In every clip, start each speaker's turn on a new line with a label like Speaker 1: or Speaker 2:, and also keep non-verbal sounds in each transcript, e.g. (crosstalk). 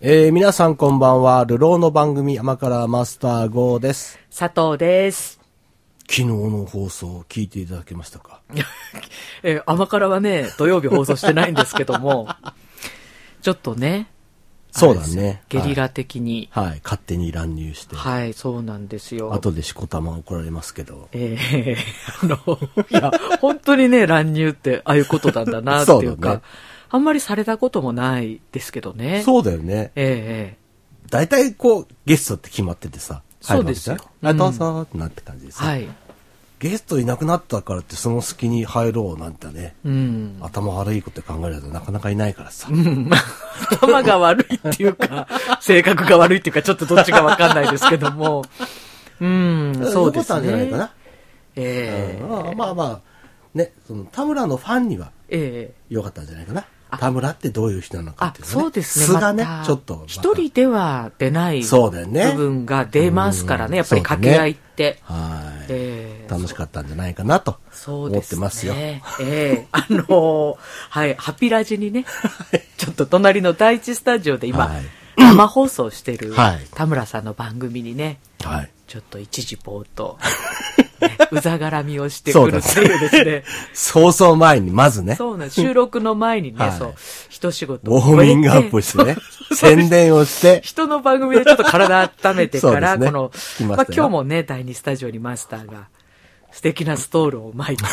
Speaker 1: えー、皆さんこんばんは。流浪の番組、甘辛マスター GO です。
Speaker 2: 佐藤です。
Speaker 1: 昨日の放送、聞いていただけましたか
Speaker 2: えー、甘辛はね、土曜日放送してないんですけども、 (laughs) ちょっとね、
Speaker 1: そうだ
Speaker 2: あれで
Speaker 1: ね
Speaker 2: す。ゲリラ的に、
Speaker 1: はい。はい。勝手に乱入して。
Speaker 2: はい、そうなんですよ。
Speaker 1: 後でしこたま怒られますけど。
Speaker 2: えー (laughs) あの、いや、本当にね、乱入って、ああいうことなんだな、ってい
Speaker 1: そううだ
Speaker 2: か
Speaker 1: ね
Speaker 2: あんまりされたこともないですけどね。う。
Speaker 1: そうだよね。
Speaker 2: え
Speaker 1: 大体こう、ゲストって決まっててさ。
Speaker 2: そうですよ
Speaker 1: 入るわけじゃんはい、どうぞってなって感じで
Speaker 2: え
Speaker 1: さ、
Speaker 2: はい。
Speaker 1: ゲストいなくなったからってその隙に入ろうなんてね。
Speaker 2: うん。
Speaker 1: 頭悪いこと考えるとなかなかいないからさ。
Speaker 2: 頭が悪いっていう (laughs) か、性格が悪いっていうか、ちょっとどっちかわかんないですけども。うん、そうです
Speaker 1: よかったん
Speaker 2: ね。
Speaker 1: じゃないかな。
Speaker 2: ええ
Speaker 1: うんまあまあ、ね、その田村のファンには
Speaker 2: ええ
Speaker 1: 良かったんじゃないかな
Speaker 2: あ。
Speaker 1: 田村ってどういう人なのかっ
Speaker 2: あ
Speaker 1: て、いうの
Speaker 2: そうですね。
Speaker 1: 素がね、
Speaker 2: また
Speaker 1: ちょっと。
Speaker 2: 一人では出ない
Speaker 1: そうだよね
Speaker 2: 部分が出ますから
Speaker 1: うん
Speaker 2: ね、やっぱり掛け合いって。
Speaker 1: はい、
Speaker 2: ええ
Speaker 1: 楽しかったんじゃないかなと
Speaker 2: そう
Speaker 1: 思
Speaker 2: で
Speaker 1: っ
Speaker 2: す
Speaker 1: て
Speaker 2: ね。
Speaker 1: ますよ。
Speaker 2: ええあのーはい、ハピラジにね、ちょっと隣の第一スタジオで今、
Speaker 1: はい
Speaker 2: 生放送してる
Speaker 1: はい
Speaker 2: 田村さんの番組にね、
Speaker 1: はい。
Speaker 2: ちょっと一時ぼーっ
Speaker 1: (laughs)
Speaker 2: と、ねうざがらみをしてくるっていうですね。
Speaker 1: そうそう前に、まずね、
Speaker 2: そうなんです収録の前にね、
Speaker 1: はい
Speaker 2: そう、一仕事
Speaker 1: ウォーミングアッ
Speaker 2: (laughs)
Speaker 1: プしてね、宣伝をして、
Speaker 2: 人の番組でちょっと体温めてから、
Speaker 1: (laughs) そうです
Speaker 2: こ
Speaker 1: ね
Speaker 2: の
Speaker 1: 聞き、ましたよ
Speaker 2: まあ、今日もね、第2スタジオにマスターが素敵なストールを
Speaker 1: (laughs)
Speaker 2: 巻いて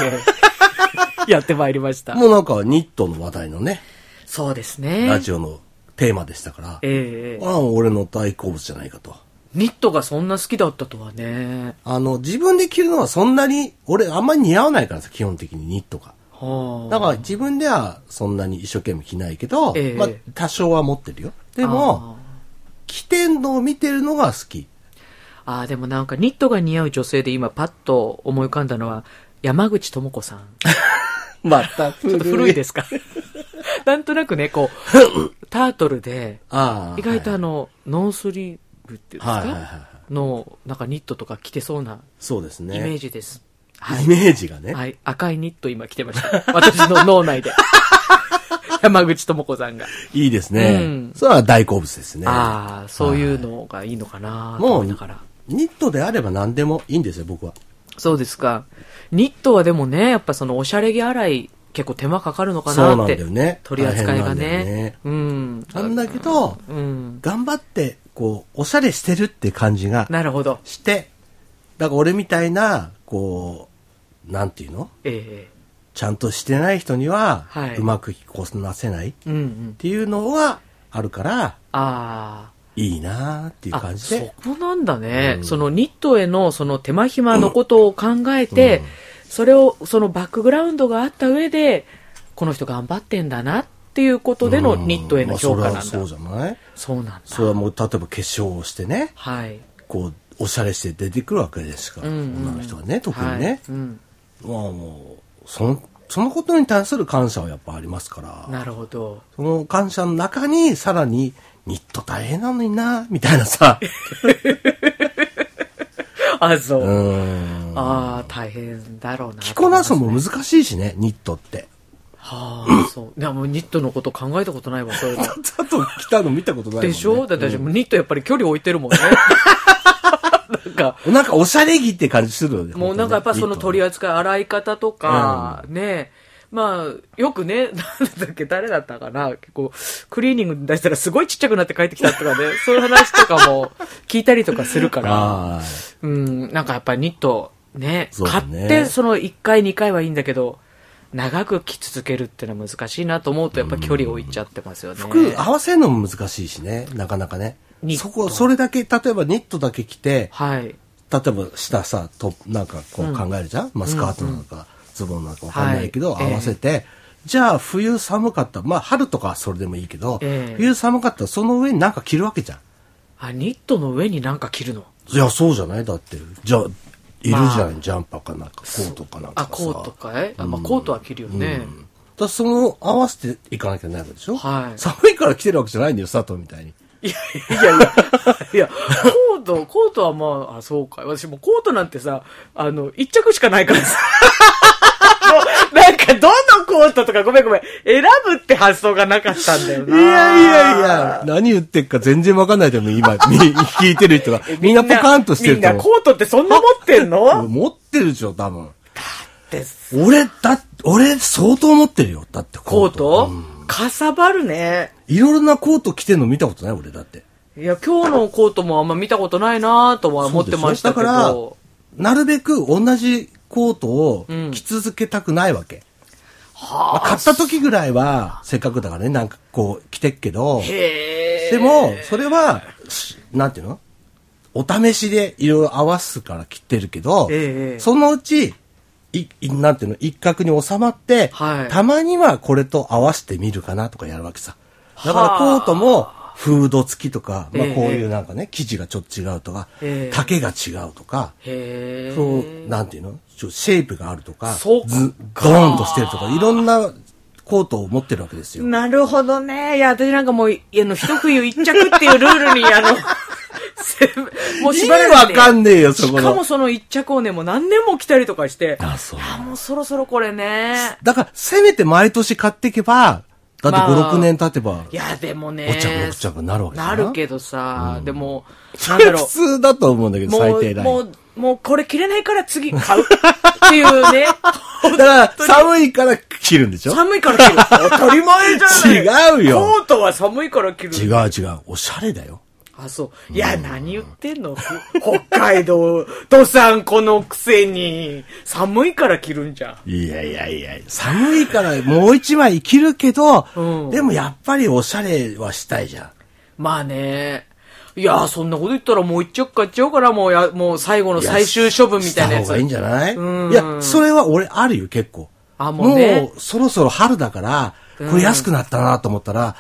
Speaker 2: やってまいりました。
Speaker 1: もうなんかニットの話題のね、
Speaker 2: そうですね。
Speaker 1: ラジオのテーマでしたから、
Speaker 2: ええ
Speaker 1: これはもう俺の大好物じゃないかと。
Speaker 2: ニットがそんな好きだったとはね。
Speaker 1: あの、自分で着るのはそんなに、俺あんまり似合わないからさ、基本的にニットが。
Speaker 2: はあ、
Speaker 1: だから自分ではそんなに一生懸命着ないけど、
Speaker 2: ええ
Speaker 1: まあ多少は持ってるよ。でも、着てんのを見てるのが好き。
Speaker 2: あーあー、でもなんかニットが似合う女性で今パッと思い浮かんだのは、山口智子さん。
Speaker 1: また。
Speaker 2: ちょっと古いですす
Speaker 1: (laughs)
Speaker 2: か (laughs) なんとなくね、こう、タートルで、
Speaker 1: ああ。
Speaker 2: 意外とあ
Speaker 1: はい
Speaker 2: の、ノースリーブっていうんですか、
Speaker 1: はいはいはいは
Speaker 2: の、なんかニットとか着てそうな
Speaker 1: そうですね。
Speaker 2: イメージです。
Speaker 1: イメージがね。
Speaker 2: はい。赤いニット今着てました。 (laughs) 私の脳内で。山口智子さんが。
Speaker 1: いいですね。
Speaker 2: うん
Speaker 1: それは大好物ですね。
Speaker 2: ああ、そういうのがいいのかなと
Speaker 1: も
Speaker 2: 思
Speaker 1: う
Speaker 2: いながら。、
Speaker 1: ニットであれば何でもいいんですよ、僕は。
Speaker 2: そうですか。ニットはでもね、やっぱそのおしゃれ着洗い、結構手間かかるのか
Speaker 1: そう
Speaker 2: な
Speaker 1: な
Speaker 2: っ
Speaker 1: ん
Speaker 2: て。
Speaker 1: だよね
Speaker 2: 取り扱いが
Speaker 1: 大変なんだよ
Speaker 2: ね
Speaker 1: ね。
Speaker 2: うん。
Speaker 1: なんだけど、
Speaker 2: うん。
Speaker 1: 頑張って、こう、おしゃれしてるって感じが
Speaker 2: なるほど。
Speaker 1: して、だから俺みたいな、こう、なんていうの
Speaker 2: え
Speaker 1: ちゃんとしてない人には
Speaker 2: はいう
Speaker 1: まく着こなせないっ
Speaker 2: えうんうん。
Speaker 1: ていうのはあるから、
Speaker 2: ああ。
Speaker 1: いいなーっていう感じで。
Speaker 2: あそこなんだね、
Speaker 1: うん
Speaker 2: そのニットへのその手間暇のことを考えて、
Speaker 1: うん
Speaker 2: それをそのバックグラウンドがあった上でこの人頑張ってんだなっていうことでの
Speaker 1: うん
Speaker 2: ニットへの評価なんだ、
Speaker 1: まあそれはそうじゃない
Speaker 2: そうなんだ
Speaker 1: それはもう、例えば化粧をしてね、
Speaker 2: はい、
Speaker 1: こう、おしゃれして出てくるわけですから、
Speaker 2: うんうん
Speaker 1: 女の人はね、特にね。
Speaker 2: はいうん、
Speaker 1: まあもう、その、そのことに対する感謝はやっぱありますから、
Speaker 2: なるほど (laughs)
Speaker 1: その感謝の中に、さらに、ニット大変なのにな、みたい
Speaker 2: (laughs)
Speaker 1: なさ、
Speaker 2: あそうう、
Speaker 1: ん。
Speaker 2: ああ大変だろうな
Speaker 1: 着こなすの
Speaker 2: と思
Speaker 1: も
Speaker 2: いますね
Speaker 1: 難しいしね、ニットって。 (laughs)
Speaker 2: はあそういやもうニットのこと考えたことないわそれ
Speaker 1: (laughs)
Speaker 2: は
Speaker 1: ちょっと着たの見たことないもんね
Speaker 2: でしょだって私もニットやっぱり距離置いてる
Speaker 1: (laughs)
Speaker 2: もんねなんか
Speaker 1: なんかおしゃれ着って感じするよね。
Speaker 2: もうなんかやっぱその取り
Speaker 1: 合い。
Speaker 2: 扱い、洗い方とか、ね、まあ、よくね、なん (laughs) だっけ、誰だったかな、結構、クリーニングに出したらすごいちっちゃくなって帰ってきたとか
Speaker 1: (laughs)
Speaker 2: ね、そういう話とかも聞いたりとかするから、
Speaker 1: あ
Speaker 2: うん、なんかやっぱニット、ね、
Speaker 1: そうだ
Speaker 2: 買
Speaker 1: ね
Speaker 2: ってその1回、2回はいいんだけど、長く着続けるってのは難しいなと思うと、やっぱ距離置いちゃってますよね。
Speaker 1: あ服合わせるのも難しいしね、なかなかね
Speaker 2: ニ。ット
Speaker 1: そこ、それだけ、例えばニットだけ着て、
Speaker 2: はい。
Speaker 1: 例えば下さ、と、なんかこう考えるじゃん、まあスカートなのか、ズボンなのかわかんないけど、
Speaker 2: はい
Speaker 1: 合わせて、じゃあ冬寒かった、まあ春とかはそれでもいいけど、
Speaker 2: ええ
Speaker 1: 冬寒かったらその上になんか着るわけじゃん。
Speaker 2: あ、ニットの上になんか着るの
Speaker 1: いや、そうじゃないだって、じゃあ、いるじゃん、
Speaker 2: まあ
Speaker 1: ジャンパーかなんか、コートかなん
Speaker 2: あ、
Speaker 1: かさ。
Speaker 2: コートかいあ、まあ、コートは着るよね。
Speaker 1: だからその合わせていかなきゃなるでしょ、
Speaker 2: はい
Speaker 1: 寒いから来てるわけじゃないんだよ、佐藤みたいに。
Speaker 2: いやいやいや、いや、コート、コートはまあ、あ、そうか。私もうコートなんてさ、あの、一着しかないからさ。もうなんか、どのコーったとか、ごめんごめん。選ぶって発想がなかったんだよ
Speaker 1: い
Speaker 2: な。
Speaker 1: やいやいや、何言ってるか全然わかんないと思う、 (laughs) 今、み聞いてる人が。みんなポカンとしてると
Speaker 2: みんな
Speaker 1: 思
Speaker 2: コートってそんな持ってん
Speaker 1: う。 (laughs)
Speaker 2: の
Speaker 1: 持ってるでしょ、多分。
Speaker 2: です
Speaker 1: 俺、だ、俺、相当持ってるよ。だって
Speaker 2: コ
Speaker 1: コ
Speaker 2: ー
Speaker 1: ー
Speaker 2: ト
Speaker 1: ト。、
Speaker 2: かさばるね。
Speaker 1: いろいろなコート着てるの見たことない、俺、だって。
Speaker 2: いや、今日のコートもあんま見たことないなとは思ってましたけ
Speaker 1: そうでしょ
Speaker 2: ど。
Speaker 1: だから、なるべく同じコートを
Speaker 2: うん
Speaker 1: 着続けたくないわけ。まあ
Speaker 2: は
Speaker 1: 買った時ぐらいは、せっかくだからね、なんかこう、着てっけど。
Speaker 2: あ。へえ。
Speaker 1: でも、それは、しなんていうのお試しでいろいろ合わすから切ってるけど、
Speaker 2: ええ
Speaker 1: そのうち、い、いなんていうの一角に収まって、
Speaker 2: はい
Speaker 1: たまにはこれと合わせてみるかなとかやるわけさ。だから
Speaker 2: はあ
Speaker 1: コートも、フード付きとか、まあ
Speaker 2: ええ
Speaker 1: こういうなんかね、生地がちょっと違うとか、
Speaker 2: ええ
Speaker 1: 丈が違うとか、
Speaker 2: へえ。
Speaker 1: そう、なんていうのちょシェイプがあるとか、
Speaker 2: そっか
Speaker 1: ずドーンとしてるとか、いろんなコートを持ってるわけですよ。
Speaker 2: なるほどね。いや、私なんかもう、いあの、一冬一着っていうルールに、あの、 (laughs) せもうしばらく、ね。
Speaker 1: 意味わかんねえよそこの
Speaker 2: しかもその一着をね、もう何年も着たりとかして。
Speaker 1: あそう
Speaker 2: いやもうそろそろこれね。
Speaker 1: だから、せめて毎年買っていけば、だって
Speaker 2: まあ
Speaker 1: 5、6年経てば、
Speaker 2: いや、でもね。
Speaker 1: ごちゃごちゃになるわけじゃん
Speaker 2: なるけどさ、でも、な
Speaker 1: そ
Speaker 2: んだ
Speaker 1: れ
Speaker 2: ろ
Speaker 1: 普
Speaker 2: う。
Speaker 1: 通だと思うんだけど、 (laughs) 最
Speaker 2: も
Speaker 1: 低
Speaker 2: う、
Speaker 1: ラ
Speaker 2: も
Speaker 1: イン。
Speaker 2: う、もうこれ着れないから次買うっていう
Speaker 1: (laughs)
Speaker 2: ね。
Speaker 1: だから、寒いから切るんでしょ
Speaker 2: 寒いから着る。当たり前じゃない。
Speaker 1: 違うよ
Speaker 2: コートは寒いから着る。
Speaker 1: 違う違う。おしゃれだよ。
Speaker 2: あ、そう。いや、何言ってんの (laughs) ふ北海道、土産子のくせに、寒いから着るんじゃん。
Speaker 1: いやいやいや寒いからもう一枚着るけど、
Speaker 2: うん
Speaker 1: でもやっぱりおしゃれはしたいじゃん。
Speaker 2: まあね。いや、そんなこと言ったらもう一着買っちゃおうから、もうや、もう最後の最終処分みたいなや
Speaker 1: し
Speaker 2: つ。
Speaker 1: た方がいいんじゃない
Speaker 2: うん
Speaker 1: いや、それは俺あるよ、結構。
Speaker 2: あもうね
Speaker 1: もうそろそろ春だから、これ安くなったなと思ったら、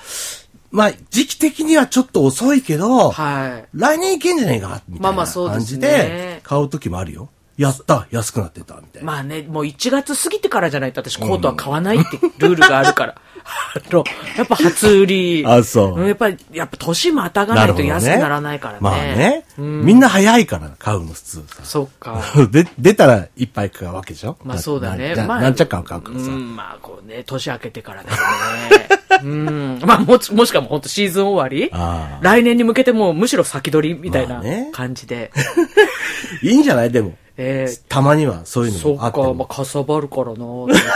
Speaker 1: まあ、時期的にはちょっと遅いけど、
Speaker 2: はい。
Speaker 1: 来年いけんじゃねえかみ
Speaker 2: ま
Speaker 1: た
Speaker 2: あ
Speaker 1: い
Speaker 2: まあ
Speaker 1: な
Speaker 2: そうで
Speaker 1: 感
Speaker 2: す
Speaker 1: じ
Speaker 2: ね
Speaker 1: で、買う時もあるよ。やった安くなってたみたいな。
Speaker 2: まあね、もう1月過ぎてからじゃないと私コートは買わないって (laughs) ルールがあるから。あの、やっぱ初売り。
Speaker 1: あそうん
Speaker 2: やっぱり、やっぱ年またがないと安くならないからね。
Speaker 1: まあね。
Speaker 2: うん
Speaker 1: みんな早いから買うの普通さ。
Speaker 2: そっか。
Speaker 1: で、出たらいっぱい買うわけでしょ
Speaker 2: まあそうだね。
Speaker 1: なな
Speaker 2: まあ、
Speaker 1: 何着かは買うから
Speaker 2: う
Speaker 1: さ。
Speaker 2: ん、まあこうね、 (laughs) 年明けてからだよね。うん。まあもし、もしかも本当シーズン終わり
Speaker 1: ああ
Speaker 2: 来年に向けてもうむしろ先取りみたい
Speaker 1: ま
Speaker 2: な
Speaker 1: あね
Speaker 2: 感じで。
Speaker 1: いいんじゃないでも。
Speaker 2: えー
Speaker 1: たまには (laughs) そういう
Speaker 2: そ
Speaker 1: の
Speaker 2: っ
Speaker 1: もあ
Speaker 2: か
Speaker 1: って、も
Speaker 2: まあ、かさばるからなと思ってね
Speaker 1: (laughs)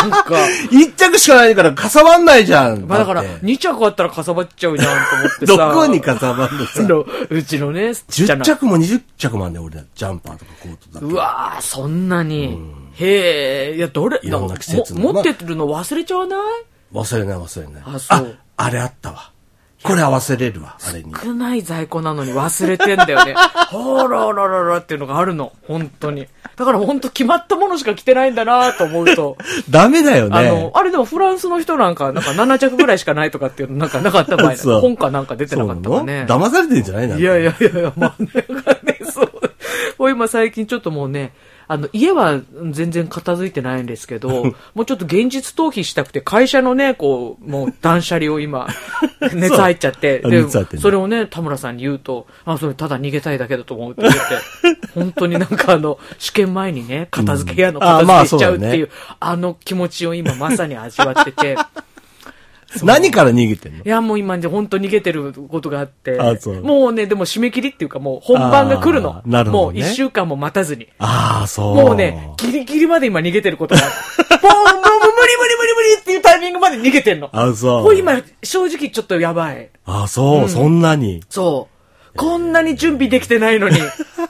Speaker 2: なんか、
Speaker 1: 一着しかないからかさばんないじゃん。
Speaker 2: まあだから、
Speaker 1: って
Speaker 2: 2着あったらかさばっちゃうじゃんと思ってさ。
Speaker 1: どこにかさばん
Speaker 2: (laughs)
Speaker 1: の
Speaker 2: あ
Speaker 1: さ。
Speaker 2: の、うちのね、ちっちゃ
Speaker 1: 10
Speaker 2: な。
Speaker 1: 着も20着もあんねん俺ら。ジャンパーとかコートだけ。
Speaker 2: うわー、そんなに。へえ、いや、どれ、
Speaker 1: いろんな季節の
Speaker 2: も持ってるの忘れちゃわない
Speaker 1: 忘れない忘れない。
Speaker 2: あそう
Speaker 1: あ、あれあったわ。これ合わせれるわ、あれに。
Speaker 2: 少ない在庫なのに忘れてんだよ
Speaker 1: (laughs)
Speaker 2: ね。ほららららっていうのがあるの。本当に。だから本当決まったものしか着てないんだなと思うと。
Speaker 1: ダメだよ
Speaker 2: あの
Speaker 1: ね、。
Speaker 2: あれでもフランスの人なんか、なんか7着ぐらいしかないとかっていうのなんかなかった場合
Speaker 1: そう
Speaker 2: 本かなんか出て
Speaker 1: そ
Speaker 2: な
Speaker 1: う
Speaker 2: か
Speaker 1: な
Speaker 2: ったか
Speaker 1: の
Speaker 2: ね。
Speaker 1: 騙されてんじゃないなん
Speaker 2: い
Speaker 1: か
Speaker 2: やいやいやいや、まあね、なんかねそう。もう今最近ちょっともうね、あの、家は全然片付いてないんですけ
Speaker 1: (laughs)
Speaker 2: ど、もうちょっと現実逃避したくて、会社のね、こう、もう断捨離を
Speaker 1: (laughs)
Speaker 2: 今、熱入っちゃって、
Speaker 1: あ
Speaker 2: で
Speaker 1: 熱入ってんだ
Speaker 2: それをね、田村さんに言うと、あ、それただ逃げたいだけだと思うって言
Speaker 1: (laughs)
Speaker 2: って、本当になんかあの、試験前にね、片付け屋の片付けしちゃうっていう、あの気持ちを今まさに味わってて、
Speaker 1: 何から逃げてんの
Speaker 2: いや、もう今ね、本当逃げてることがあって。
Speaker 1: あそう
Speaker 2: もうね、でも締め切りっていうか、もう本番が来るの
Speaker 1: あ。ーなるほ
Speaker 2: も
Speaker 1: ど
Speaker 2: う
Speaker 1: ね
Speaker 2: 一週間も待たずに。
Speaker 1: ああ、そう。
Speaker 2: もうね、ギリギリまで今逃げてることがある。もう、もう、もう無理無理無理無理っていうタイミングまで逃げてんの。
Speaker 1: あそう
Speaker 2: もう今、正直ちょっとやばい。
Speaker 1: あそう、そんなに。
Speaker 2: そう。こんなに準備できて
Speaker 1: (laughs)
Speaker 2: ないのに、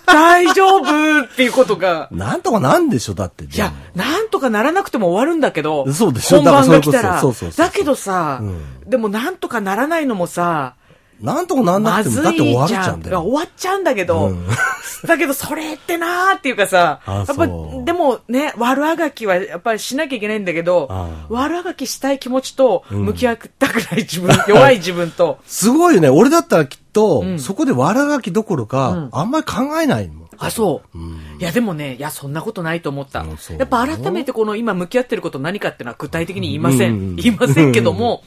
Speaker 2: 大丈夫っていうことが。
Speaker 1: なんとかなんでしょ、だって。
Speaker 2: いや、なんとかならなくても終わるんだけど、
Speaker 1: そうでしょ
Speaker 2: 本番が来た。
Speaker 1: だかららそういうことそうそうそう
Speaker 2: だけどさ、でもなんとかならないのもさ、
Speaker 1: なんとかなんな
Speaker 2: ま
Speaker 1: くて
Speaker 2: ずい
Speaker 1: も、だって終わる
Speaker 2: じ
Speaker 1: じゃ
Speaker 2: ゃ
Speaker 1: ん
Speaker 2: ん。
Speaker 1: だ
Speaker 2: いや
Speaker 1: よ。
Speaker 2: 終わっちゃうんだけど、 (laughs) だけどそれってなーっていうかさ、
Speaker 1: あ
Speaker 2: やっぱ、
Speaker 1: そう
Speaker 2: でもね、悪あがきはやっぱりしなきゃいけないんだけど
Speaker 1: あ、、
Speaker 2: 悪あがきしたい気持ちと、向き合いたくない自分、 (laughs) 弱い自分と
Speaker 1: (laughs) すごいよね。俺だったらきっと、そこでわらがきどころか、あんまり考えないもん。
Speaker 2: あ、そう。いや、でもね、いや、そんなことないと思った
Speaker 1: うんそ。う
Speaker 2: やっぱ改めてこの今向き合ってること何かっていうのは具体的に言いませ
Speaker 1: うんうん
Speaker 2: ん。言いませんけども、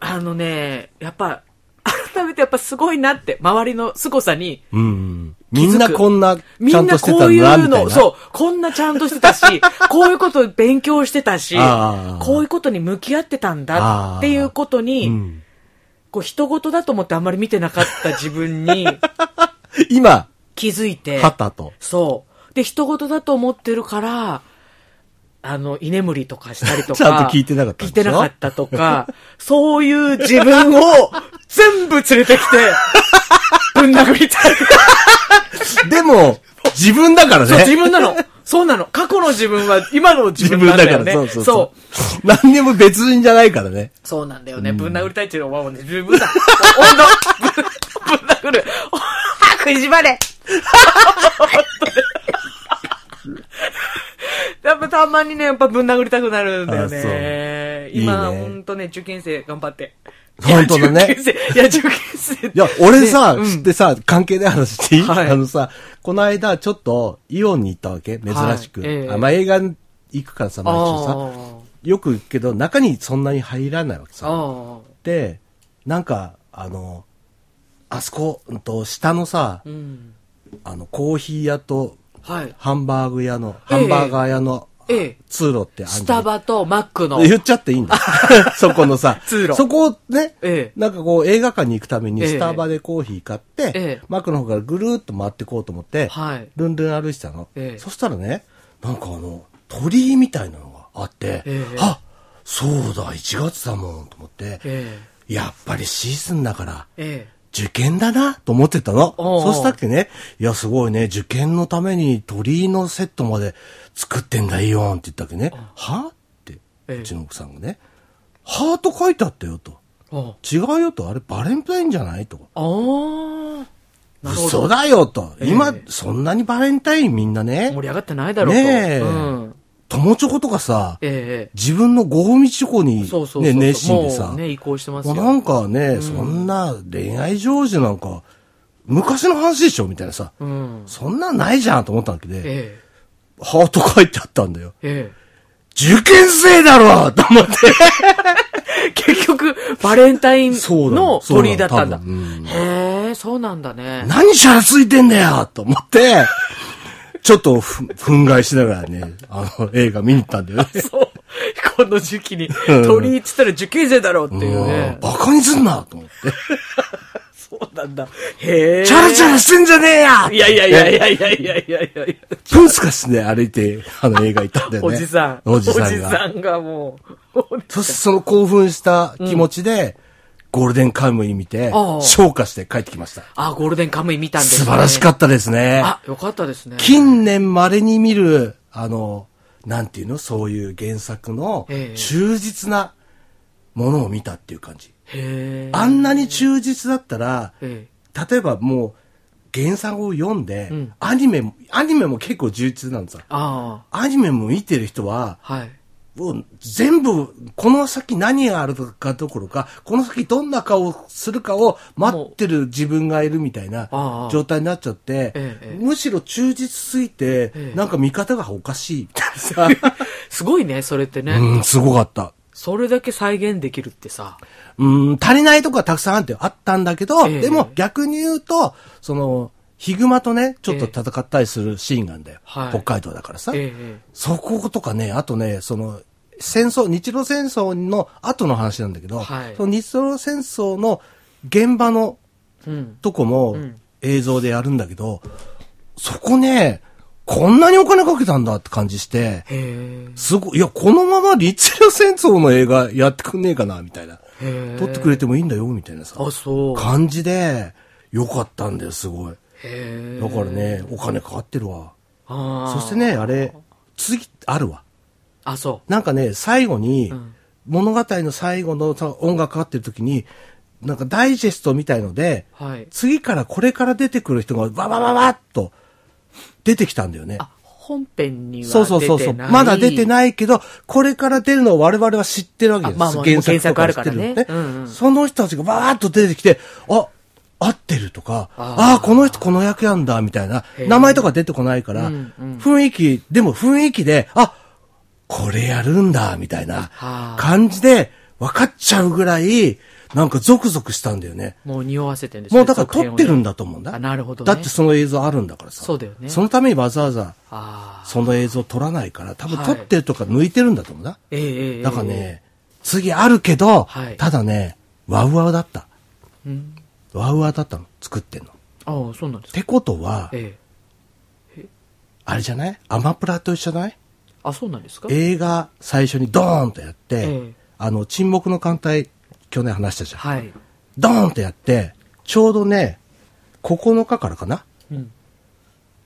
Speaker 2: あのね、やっぱ、改めてやっぱすごいなって、周りの凄さに、
Speaker 1: うん。みんなこんな、
Speaker 2: み
Speaker 1: ちゃ
Speaker 2: ん
Speaker 1: んと
Speaker 2: な
Speaker 1: して
Speaker 2: こ
Speaker 1: た
Speaker 2: うい
Speaker 1: んだ、み
Speaker 2: う
Speaker 1: たい
Speaker 2: の、
Speaker 1: な。
Speaker 2: そう、こんなちゃんとしてた
Speaker 1: (laughs)
Speaker 2: し、こういうことを勉強してたし
Speaker 1: あ、あ
Speaker 2: こういうことに向き合ってたんだっていうことに、
Speaker 1: ん
Speaker 2: こう、人事だと思ってあんまり見てなかった自分に
Speaker 1: (laughs) 今、
Speaker 2: 気づいて、
Speaker 1: はたと。
Speaker 2: そう。で、人事だと思ってるから、あの、居眠りとかしたりとか。
Speaker 1: ちゃんと聞いてなかったん
Speaker 2: 聞い
Speaker 1: で
Speaker 2: て
Speaker 1: しょ
Speaker 2: なかったとか、そういう自分を全部連れてき
Speaker 1: (laughs)
Speaker 2: て、ぶん殴りたい。
Speaker 1: でも、自分だから
Speaker 2: そう、自
Speaker 1: ね。
Speaker 2: 分なの。そうなの。過去の自分は今の自分なんだよね。
Speaker 1: そうそうそう。何にも別人じゃないからね。
Speaker 2: そうなんだよね。ぶん殴りたいっていうのはもうね、十分だ。温度ぶんぶん殴る。食いしばれ (laughs) やっぱたまにね、やっぱぶん殴りたくなるんだよね。
Speaker 1: あそう
Speaker 2: 今、
Speaker 1: いいね
Speaker 2: ほんとね、受験生頑張って。
Speaker 1: ほんとだね
Speaker 2: いや受験生、いや、受験生。い
Speaker 1: いや、俺さ、
Speaker 2: ねうん
Speaker 1: 知ってさ、関係ない話していい、
Speaker 2: はい
Speaker 1: あのさ、この間ちょっとイオンに行ったわけ珍しく。
Speaker 2: はいええ
Speaker 1: あまあ映画に行くからさ、毎週
Speaker 2: あ
Speaker 1: さ。よく行くけど、中にそんなに入らないわけ
Speaker 2: あ。
Speaker 1: さ。
Speaker 2: あ
Speaker 1: で、なんか、あの、あそこ、うんと、下のさ
Speaker 2: あ。う、ん。
Speaker 1: あの、コーヒー屋と
Speaker 2: はい。
Speaker 1: ハンバーグ屋の、
Speaker 2: ええ
Speaker 1: ハンバーガー屋の
Speaker 2: ええ
Speaker 1: 通路ってある
Speaker 2: スタバとマックの。
Speaker 1: 言っちゃっていいんだ。
Speaker 2: (laughs)
Speaker 1: そこのさ、
Speaker 2: 通路
Speaker 1: そこをね、
Speaker 2: ええ
Speaker 1: なんかこう映画館に行くために
Speaker 2: ええ
Speaker 1: スタバでコーヒー買っ
Speaker 2: え
Speaker 1: て、
Speaker 2: え
Speaker 1: マックの方からぐるーっと回ってこうと思って、
Speaker 2: はい。
Speaker 1: ルンルン歩いてたの、
Speaker 2: ええ
Speaker 1: そしたらね、なんかあの、鳥居みたいなのがあって、
Speaker 2: ええ
Speaker 1: あそうだ、1月だもんと思って、
Speaker 2: ええ。
Speaker 1: やっぱりシーズンだから、
Speaker 2: ええ。
Speaker 1: 受験だなと思ってたの。
Speaker 2: おうおう
Speaker 1: そうしたっけね、いや、すごいね、受験のために鳥居のセットまで作ってんだよんって言ったっけね。はって、
Speaker 2: ええ
Speaker 1: うちの奥さんがね、ハート書いてあったよと。
Speaker 2: あ
Speaker 1: 違うよと、あれバレンタインじゃないとか。
Speaker 2: あー。なるほど
Speaker 1: 嘘だよと。
Speaker 2: ええ
Speaker 1: 今、そんなにバレンタインみんなね
Speaker 2: 盛、り上がってないだろうと。
Speaker 1: ねえ
Speaker 2: うん。
Speaker 1: 友チョコとかさ、
Speaker 2: え
Speaker 1: 自分のご褒美チョコに
Speaker 2: え。そうそうそう。
Speaker 1: ね、熱心で
Speaker 2: も
Speaker 1: さ
Speaker 2: う、ね、移行してます
Speaker 1: も
Speaker 2: よ。
Speaker 1: うなんかね、そんな恋愛成就なんか、昔の話でしょみたいなさ、
Speaker 2: うん。
Speaker 1: そんなんないじゃんと思ったんだけど、
Speaker 2: え
Speaker 1: ハート書いてあったんだよ。
Speaker 2: え。え
Speaker 1: 受験生だろと思って。
Speaker 2: (laughs) え。 (laughs) 結局、バレンタイン
Speaker 1: そうだ
Speaker 2: の鳥居だったんだ
Speaker 1: そう。だ多分
Speaker 2: へえ、そうなんだね。
Speaker 1: 何シャラついてんだよと思って、ちょっとふ、憤慨しながらね、あの、映画見に行ったんだよね。
Speaker 2: そう。この時期に、鳥居っつったら受験生だろうっていう
Speaker 1: う
Speaker 2: ね
Speaker 1: ん。バカにすんなと思って。
Speaker 2: そうなんだ。へえ。
Speaker 1: チャラチャラしてんじゃねえや
Speaker 2: いやいやいやいやいやいやいやいやいや。
Speaker 1: プンスカして歩いて、あの映画行ったんだよね。
Speaker 2: おじさん。
Speaker 1: おじさんが。
Speaker 2: がもう。
Speaker 1: そしてその興奮した気持ちで、ゴールデンカムイ見て
Speaker 2: ああ、
Speaker 1: 昇華して帰ってきました。
Speaker 2: あ、ゴールデンカムイ見たんです
Speaker 1: 素晴らしか
Speaker 2: っ
Speaker 1: ったですね。
Speaker 2: あ、よかったですね。
Speaker 1: 近年稀に見る、あの、なんていうのそういう原作の
Speaker 2: ええ
Speaker 1: 忠実なものを見たっていう感じ。
Speaker 2: へえ。
Speaker 1: あんなに忠実だったら、
Speaker 2: ええ。
Speaker 1: 例えばもう原作を読んで、
Speaker 2: ん
Speaker 1: アニメも、アニメも結構充実なんですよ。
Speaker 2: あ
Speaker 1: アニメも見てる人は、
Speaker 2: あ、はい。
Speaker 1: もう全部、この先何があるかどころか、この先どんな顔をするかを待ってる自分がいるみたいな
Speaker 2: ああ
Speaker 1: 状態になっちゃっ
Speaker 2: え
Speaker 1: て
Speaker 2: え、
Speaker 1: むしろ忠実すぎて
Speaker 2: ええ、
Speaker 1: なんか見方がおかしい
Speaker 2: (laughs)
Speaker 1: みたいなさ。
Speaker 2: すごいね、それってね。
Speaker 1: うん、すごかった。
Speaker 2: それだけ再現できるってさ。
Speaker 1: うん、足りないとこはたくさんあってあったんだけど、
Speaker 2: ええ
Speaker 1: でも逆に言うと、その、ヒグマとね、ちょっと戦ったりするシーンがあるんだよ。
Speaker 2: はい
Speaker 1: 北海道だからさ。
Speaker 2: ええ
Speaker 1: そことかね、あとね、その、戦争、日露戦争の後の話なんだけど、
Speaker 2: はい
Speaker 1: その日露戦争の現場の
Speaker 2: ええ。うん。
Speaker 1: とこも
Speaker 2: ん
Speaker 1: 映像でやるんだけど、そこね、こんなにお金かけたんだって感じして、
Speaker 2: へ
Speaker 1: すごい、いや、このまま日露戦争の映画やってくんねえかな、みたいな。
Speaker 2: え。へえ。
Speaker 1: 撮ってくれてもいいんだよ、みたいなさ、
Speaker 2: あ、そう。
Speaker 1: 感じで、よかったんだよ、すごい。
Speaker 2: へえ。
Speaker 1: だからね、お金かかってるわ。
Speaker 2: ああ。
Speaker 1: そして。ね、あれ、次、あるわ。
Speaker 2: あ、そ
Speaker 1: なんかね、最後に、
Speaker 2: ん
Speaker 1: 物語の最後のさ音楽かかってる時に、なんかダイジェストみたいので、
Speaker 2: う。はい。
Speaker 1: 次からこれから出てくる人が、わわわわっと、出てきたんだよね。
Speaker 2: あ、本編には出て
Speaker 1: そ
Speaker 2: な
Speaker 1: う
Speaker 2: い。
Speaker 1: そうそうそう。まだ出て
Speaker 2: い。
Speaker 1: ないけど、これから出るのを我々は知ってるわけです。
Speaker 2: あまあまあ原作あるからね
Speaker 1: 知って
Speaker 2: うんうん
Speaker 1: その人たちがわーっと出てきて、あ、合ってるとか、ああー、この人この役やんだ、みたいな。
Speaker 2: へー
Speaker 1: 名前とか出てこないから、
Speaker 2: うんうん
Speaker 1: 雰囲気、でも雰囲気で、あ、これやるんだ、みたいな
Speaker 2: はあ
Speaker 1: 感じで分かっちゃうぐらい、なんかゾクゾクしたんだよね。
Speaker 2: もう匂わせてるんです
Speaker 1: もうだから撮ってるん
Speaker 2: だ。
Speaker 1: だと思うんだ。
Speaker 2: あなるほどね
Speaker 1: だってその映像あるんだからさ。
Speaker 2: そうだよね
Speaker 1: そのためにわざわざ
Speaker 2: ああ。
Speaker 1: その映像撮らないから、多分
Speaker 2: はい
Speaker 1: 撮ってるとか抜いてるんだと思うんだ。
Speaker 2: ええええええ
Speaker 1: だから。ね、次あるけど、
Speaker 2: はい
Speaker 1: ただね、ワウワウだった。
Speaker 2: うん。
Speaker 1: ワウワウだったの。作ってんの。っ
Speaker 2: ああ、そうなんですか。
Speaker 1: てことは、
Speaker 2: ええ。
Speaker 1: あれじゃないアマプラと一緒じゃない
Speaker 2: あ、そうなんですか
Speaker 1: 映画最初にドーンとやって、
Speaker 2: ええ
Speaker 1: あの、沈黙の艦隊、去年話したじゃん。
Speaker 2: はい。
Speaker 1: ドーンとやって、ちょうどね、9日からかな
Speaker 2: うん。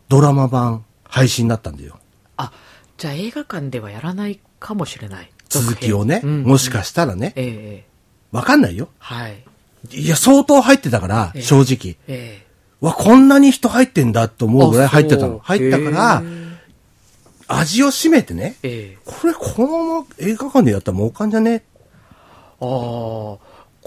Speaker 1: ドラマ版配信になったんだよ。
Speaker 2: あ、じゃあ映画館ではやらないかもしれない。
Speaker 1: 続きをね、
Speaker 2: 続編うん
Speaker 1: もしかしたらね、
Speaker 2: ええええ。
Speaker 1: わかんないよ。
Speaker 2: はい。
Speaker 1: いや、相当入ってたから、
Speaker 2: ええ
Speaker 1: 正直。
Speaker 2: ええ。
Speaker 1: わ、こんなに人入ってんだと思うぐらい
Speaker 2: あそう
Speaker 1: 入ってたの。入ったから
Speaker 2: へ、え
Speaker 1: 味を占めてね、
Speaker 2: ええ。
Speaker 1: これこのまま映画館でやったら儲かんじゃね
Speaker 2: ああ、こ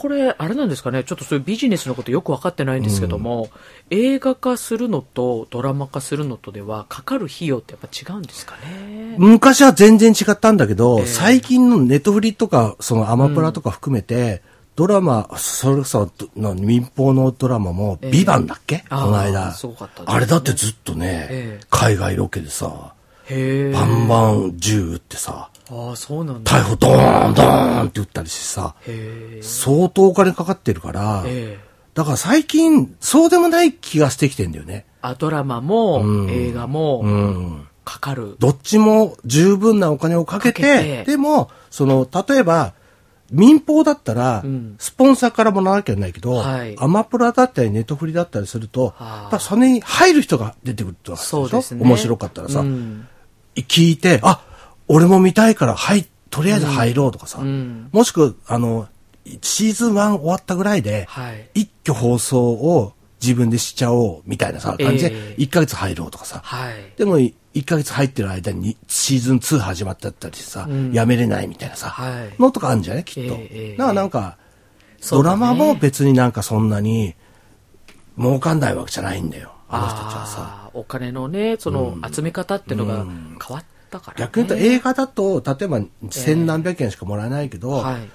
Speaker 2: れ、あれなんですかね、ちょっとそういうビジネスのことよく分かってないんですけども、映画化するのとドラマ化するのとでは、かかる費用ってやっぱ違うんですかね。
Speaker 1: 昔は全然違ったんだけど、
Speaker 2: ええ
Speaker 1: 最近のネットフリとか、そのアマプラとか含めて、ドラマ、それこその民放のドラマも、
Speaker 2: ええ
Speaker 1: ビバンだっけ、
Speaker 2: あー
Speaker 1: この間。
Speaker 2: すごかったですね
Speaker 1: あれだってずっとね、
Speaker 2: ええ
Speaker 1: 海外ロケでさ、
Speaker 2: へえ。
Speaker 1: バンバン銃撃ってさ、
Speaker 2: ああ、そうなんだ。
Speaker 1: 逮捕ドーンドーンって撃ったりしてさ、
Speaker 2: へえ。
Speaker 1: 相当お金かかってるから、
Speaker 2: ええ。
Speaker 1: だから最近、そうでもない気がしてきてんだよね。
Speaker 2: あ、ドラマも、
Speaker 1: うん
Speaker 2: 映画
Speaker 1: う
Speaker 2: も、
Speaker 1: ん。
Speaker 2: かかる。
Speaker 1: どっちも十分なお金をかけて、
Speaker 2: かけて
Speaker 1: でも、その、例えば、民放だったら
Speaker 2: うん、
Speaker 1: スポンサーからもらわなきゃいけないけど、
Speaker 2: はい
Speaker 1: アマプラだったり、ネットフリだったりすると、
Speaker 2: あー
Speaker 1: やっぱそれに入る人が出てくるってわけでし
Speaker 2: そ
Speaker 1: ょ
Speaker 2: うですね。
Speaker 1: 面白かったらさ、
Speaker 2: うん。
Speaker 1: 聞いて、あ、俺も見たいから、はい、とりあえず入ろうとかさ、
Speaker 2: うん。
Speaker 1: もしくは、あの、シーズン1終わったぐらいで、
Speaker 2: はい。
Speaker 1: 一挙放送を自分でしちゃおうみたいなさ、感じで
Speaker 2: え、え
Speaker 1: 1ヶ月入ろうとかさ。
Speaker 2: はい。
Speaker 1: でも、1ヶ月入ってる間にシーズン2始まっちゃったりさ、
Speaker 2: うん
Speaker 1: やめれないみたいなさ、
Speaker 2: はい
Speaker 1: のとかあるんじゃないきっと。
Speaker 2: ええええ
Speaker 1: だからなんか、
Speaker 2: そ
Speaker 1: ド
Speaker 2: うだ
Speaker 1: ラ
Speaker 2: ね
Speaker 1: マも別になんかそんなに儲かんないわけじゃないんだよ。あの人たちはさ。
Speaker 2: あーお金のね、その、集め方っていうのが変わったから、ね。
Speaker 1: 逆に言うと映画だと、例えば千何百円しかもらえないけど、
Speaker 2: はい。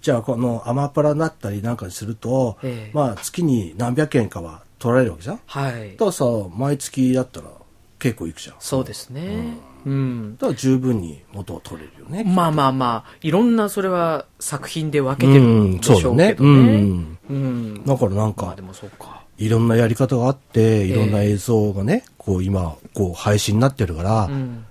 Speaker 1: じゃあこのアマプラだったりなんかにすると、
Speaker 2: ええ
Speaker 1: まあ月に何百円かは取られるわけじゃん
Speaker 2: はい。
Speaker 1: だからさ、毎月だったら結構いくじゃん。だ
Speaker 2: そうですね。うん。
Speaker 1: から十分に元を取れるよね。
Speaker 2: まあまあまあ、いろんなそれは作品で分けてるんでしょうけど
Speaker 1: う
Speaker 2: ね。
Speaker 1: ん
Speaker 2: うん。
Speaker 1: だからなん
Speaker 2: まあ
Speaker 1: か
Speaker 2: で、もそうか。
Speaker 1: いろんなやり方があって、いろんな映像がね、こう今、こう配信になってるから、
Speaker 2: うん。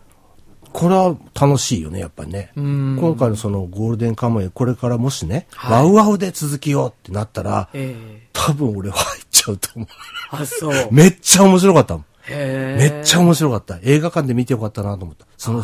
Speaker 1: これは楽しいよね、やっぱりね。
Speaker 2: うん
Speaker 1: 今回のそのゴールデンカムイ、これからもしね、
Speaker 2: はい
Speaker 1: ワウワウで続きようってなったら、
Speaker 2: え
Speaker 1: 多分俺は入っちゃうと思
Speaker 2: えあ、そう。
Speaker 1: う。めっちゃ面白かったもん。
Speaker 2: へ
Speaker 1: め
Speaker 2: え。
Speaker 1: っちゃ面白かった。映画館で見てよかったなと思った。その、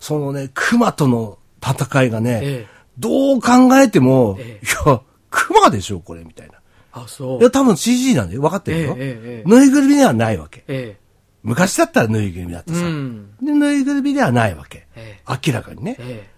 Speaker 1: そのね、熊との戦いがね、
Speaker 2: ええ
Speaker 1: どう考えても、
Speaker 2: ええ
Speaker 1: いや、熊でしょ、これ、みたいな。
Speaker 2: あ、そう。
Speaker 1: いや、多分 CG なんだよ。分かってるよ。
Speaker 2: ええええええ
Speaker 1: ぬいぐるみではないわけ。
Speaker 2: え
Speaker 1: 昔だったらぬいぐるみだって
Speaker 2: え。
Speaker 1: さ。
Speaker 2: うん。
Speaker 1: で、ぬいぐるみではないわけ。
Speaker 2: ええ。
Speaker 1: 明らかにね。
Speaker 2: え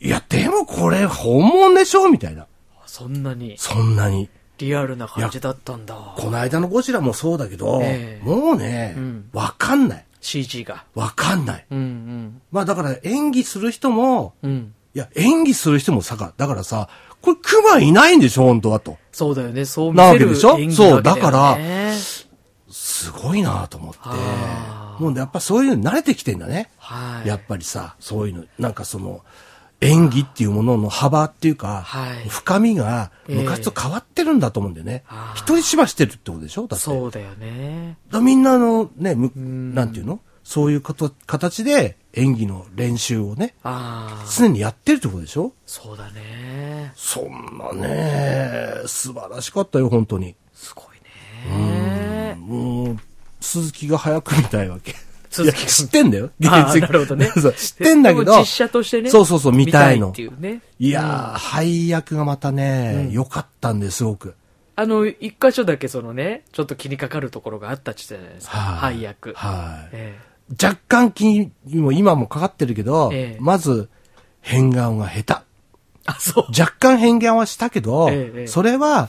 Speaker 2: え。
Speaker 1: いや、でもこれ本物でしょみたいな。
Speaker 2: あそんなに
Speaker 1: そんなに。
Speaker 2: リアルな感じだったんだ。
Speaker 1: この間のゴジラもそうだけど、
Speaker 2: ええ
Speaker 1: もうね
Speaker 2: うん、
Speaker 1: わ、かんない。
Speaker 2: CG が。
Speaker 1: わかんない。
Speaker 2: うんうん。
Speaker 1: まあだから演技する人も、
Speaker 2: うん。
Speaker 1: いや、演技する人もさか、だからさ、これクマいないんでしょ本当はと。
Speaker 2: そうだよね。そう見
Speaker 1: なわ
Speaker 2: せ
Speaker 1: け
Speaker 2: る
Speaker 1: でしょ
Speaker 2: 演技
Speaker 1: そう
Speaker 2: なわけよね
Speaker 1: すごいなと思って
Speaker 2: あ。ー
Speaker 1: もうやっぱそういうの慣れてきてんだね。
Speaker 2: はい。
Speaker 1: やっぱりさ、そういうの、なんかその、演技っていうものの幅っていうか、
Speaker 2: はい
Speaker 1: 深みが
Speaker 2: ええ
Speaker 1: 昔と変わってるんだと思うんだよね
Speaker 2: あ。ー
Speaker 1: 一人芝してるってことでしょだって。
Speaker 2: そうだよね。
Speaker 1: だみんなあのね、む
Speaker 2: ん
Speaker 1: なんていうのそういうこと形で演技の練習をね、
Speaker 2: ああ、
Speaker 1: 常にやってるってことでしょ
Speaker 2: そうだね。
Speaker 1: そんなね、素晴らしかったよ、本当に。
Speaker 2: すごいね。
Speaker 1: もう、鈴木が早く見たいわけ。い
Speaker 2: 鈴
Speaker 1: や、
Speaker 2: 木君
Speaker 1: 知ってんだよ。
Speaker 2: あ
Speaker 1: 現
Speaker 2: ー
Speaker 1: (laughs) 実。
Speaker 2: なるほどね
Speaker 1: そう知ってんだけ
Speaker 2: で
Speaker 1: ど。
Speaker 2: も実写としてね。
Speaker 1: そうそうそう、見たいの。
Speaker 2: 見っていうね。
Speaker 1: いやー、配役がまたね、良、かったんですごく。
Speaker 2: あの、一箇所だけそのね、ちょっと気にかかるところがあったって言ってたじゃないですか。
Speaker 1: はい
Speaker 2: 配役。
Speaker 1: はい。
Speaker 2: え
Speaker 1: 若干気にも今もかかってるけど、
Speaker 2: ええ
Speaker 1: まず、変顔が下
Speaker 2: えあ、そう。
Speaker 1: 手。若干変顔はしたけど、
Speaker 2: ええええ
Speaker 1: それは、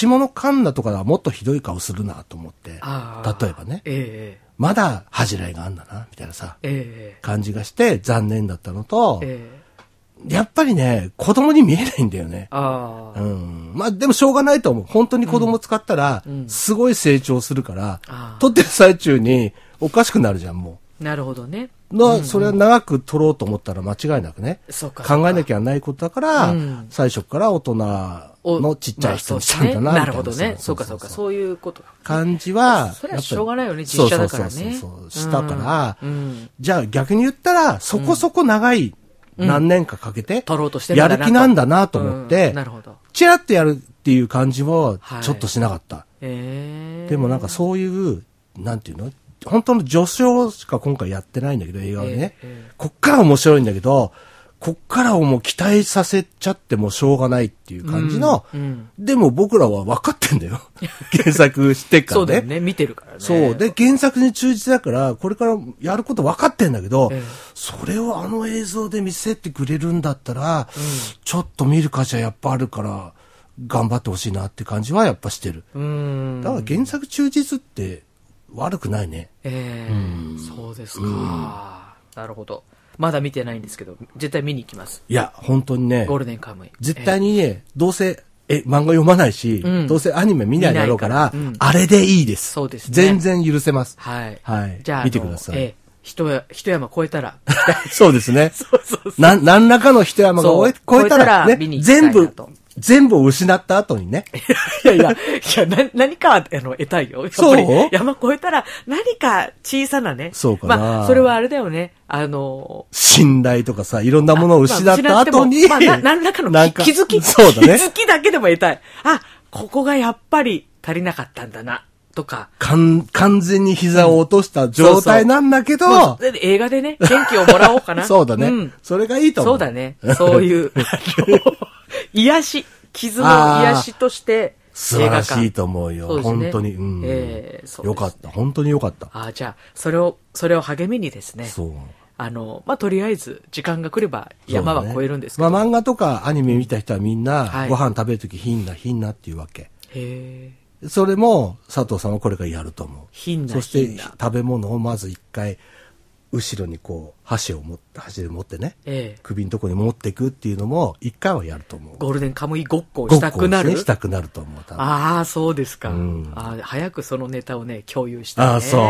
Speaker 1: 橋本環奈とかはもっとひどい顔するなと思って、
Speaker 2: あー
Speaker 1: 例えばね、
Speaker 2: え
Speaker 1: まだ恥じらいがあんだな、みたいなさ、
Speaker 2: ええええ
Speaker 1: 感じがして残念だったのと、
Speaker 2: えええ
Speaker 1: やっぱりね、子供に見えないんだよね。
Speaker 2: あ
Speaker 1: う
Speaker 2: あ、
Speaker 1: ん。まあでもしょうがないと思う。本当に子供使ったら
Speaker 2: う、ん
Speaker 1: すごい成長するから、
Speaker 2: あー
Speaker 1: 撮ってる最中におかしくなるじゃん、も
Speaker 2: なるほどね。
Speaker 1: う。な、それは長く撮ろうと思ったら間違いなくね。
Speaker 2: そうか。
Speaker 1: 考えなきゃないことだから、
Speaker 2: うん
Speaker 1: 最初から大人のちっちゃい人にしたんだな、
Speaker 2: まあ
Speaker 1: みたい
Speaker 2: そうですねなるほどね。そうかそうか。そういうことか。
Speaker 1: 感じは、
Speaker 2: それ
Speaker 1: や
Speaker 2: は
Speaker 1: っぱり
Speaker 2: しょうがないよね。実写だからね。
Speaker 1: そうそうそうそうしたから、
Speaker 2: うんうん
Speaker 1: じゃあ逆に言ったら、そこそこ長い何年かかけて、
Speaker 2: 撮ろうとしてる
Speaker 1: や
Speaker 2: んだ
Speaker 1: る
Speaker 2: なと
Speaker 1: 気なんだなと思っ
Speaker 2: う
Speaker 1: て
Speaker 2: ん、なるほど。
Speaker 1: チラッとやるっていう感じも
Speaker 2: はい
Speaker 1: ちょっとしなかった。
Speaker 2: ええ
Speaker 1: でもなんかそういう、なんていうの本当の序章しか今回やってないんだけど、映画はね。
Speaker 2: えええ
Speaker 1: こっから面白いんだけど、こっからをもう期待させちゃってもしょうがないっていう感じの、
Speaker 2: うんうん
Speaker 1: でも僕らは分かってん
Speaker 2: (laughs)
Speaker 1: だよ。原作してっからね。
Speaker 2: そうだよね。見てるからね。
Speaker 1: そう。で、原作に忠実だから、これからやること分かってんだけど、
Speaker 2: ええ
Speaker 1: それをあの映像で見せてくれるんだったら、ちょっと見る価値はやっぱあるから、頑張ってほしいなって感じはやっぱしてる。
Speaker 2: うん。
Speaker 1: だから原作忠実って悪くないね。
Speaker 2: ええそうですか。なるほど。まだ見てないんですけど、絶対見に行きます。
Speaker 1: いや、本当にね
Speaker 2: ゴー、ルデンカムイ。
Speaker 1: 絶対にね、どうせ、え、漫画読まないし、
Speaker 2: うん
Speaker 1: どうせアニメ見ないだろうから、
Speaker 2: 見ないか
Speaker 1: あれでいいです。
Speaker 2: そうですね
Speaker 1: 全然許せます。
Speaker 2: はい。
Speaker 1: はい
Speaker 2: じゃあ、
Speaker 1: 見てください
Speaker 2: あのええ一山、一山越えた
Speaker 1: (laughs)
Speaker 2: ら。
Speaker 1: (laughs) そうですね。
Speaker 2: そうそうそ
Speaker 1: (laughs) な、何らかの一山が
Speaker 2: そう
Speaker 1: 越え超えた
Speaker 2: 超
Speaker 1: ら、
Speaker 2: えたら
Speaker 1: ね
Speaker 2: 見に、行きたい
Speaker 1: 全
Speaker 2: なと
Speaker 1: 部、全部を失った後
Speaker 2: (laughs)
Speaker 1: にね。
Speaker 2: う。いやいや、いや、な、何か、あの、得たいよ。やっぱり
Speaker 1: そう
Speaker 2: 山越えたら、何か小さなね。
Speaker 1: そうかな
Speaker 2: まあ、それはあれだよね。あの、
Speaker 1: 信頼とかさ、いろんなものを失っ
Speaker 2: まあ
Speaker 1: た
Speaker 2: 失ても
Speaker 1: 後に、
Speaker 2: まあ、な
Speaker 1: (laughs)
Speaker 2: 何らか
Speaker 1: な
Speaker 2: の
Speaker 1: んか
Speaker 2: 気づき。
Speaker 1: そうだ
Speaker 2: (laughs)
Speaker 1: ね
Speaker 2: 気。づきだけでも得たい。あ、ここがやっぱり足りなかったんだな、とか。
Speaker 1: 完完全に膝を落とした状態なんだけ
Speaker 2: まあ
Speaker 1: ど、
Speaker 2: 映画でね、元気をもらおうかな。
Speaker 1: (laughs) そうだね、
Speaker 2: ん
Speaker 1: それがいいと思う。
Speaker 2: そうだね。そういう、あの癒し、傷の癒しとして、
Speaker 1: (laughs) 素晴らしいと
Speaker 2: う。
Speaker 1: 思うよ。
Speaker 2: そうですね
Speaker 1: 本当に。うん。
Speaker 2: ええそうですね
Speaker 1: よかった。本当によかった。
Speaker 2: ああ、じゃあ、それを、それを励みにですね。
Speaker 1: そう。
Speaker 2: あの、まあ、とりあえず、時間が来れば山は越えるんですけ
Speaker 1: そう
Speaker 2: ど。
Speaker 1: だねまあ漫画とかアニメ見た人はみんな、
Speaker 2: はい
Speaker 1: ご飯食べるとき、ひんな、ひんなっていうわけ。
Speaker 2: へえ。
Speaker 1: それも、佐藤さんはこれからやると思う。
Speaker 2: ひんな
Speaker 1: そして
Speaker 2: ひんな
Speaker 1: 食べ物をまず一回、後ろにこう、箸を持って、箸で持ってね、
Speaker 2: ええ
Speaker 1: 首のとこに持っていくっていうのも、一回はやると思う。
Speaker 2: ゴールデンカムイごっこをしたくな
Speaker 1: ごっこ
Speaker 2: る。
Speaker 1: をねしたくなると思う。多分
Speaker 2: ああ、そうですか。
Speaker 1: ん
Speaker 2: ああ早くそのネタをね、共有したい、ね。。
Speaker 1: ああそ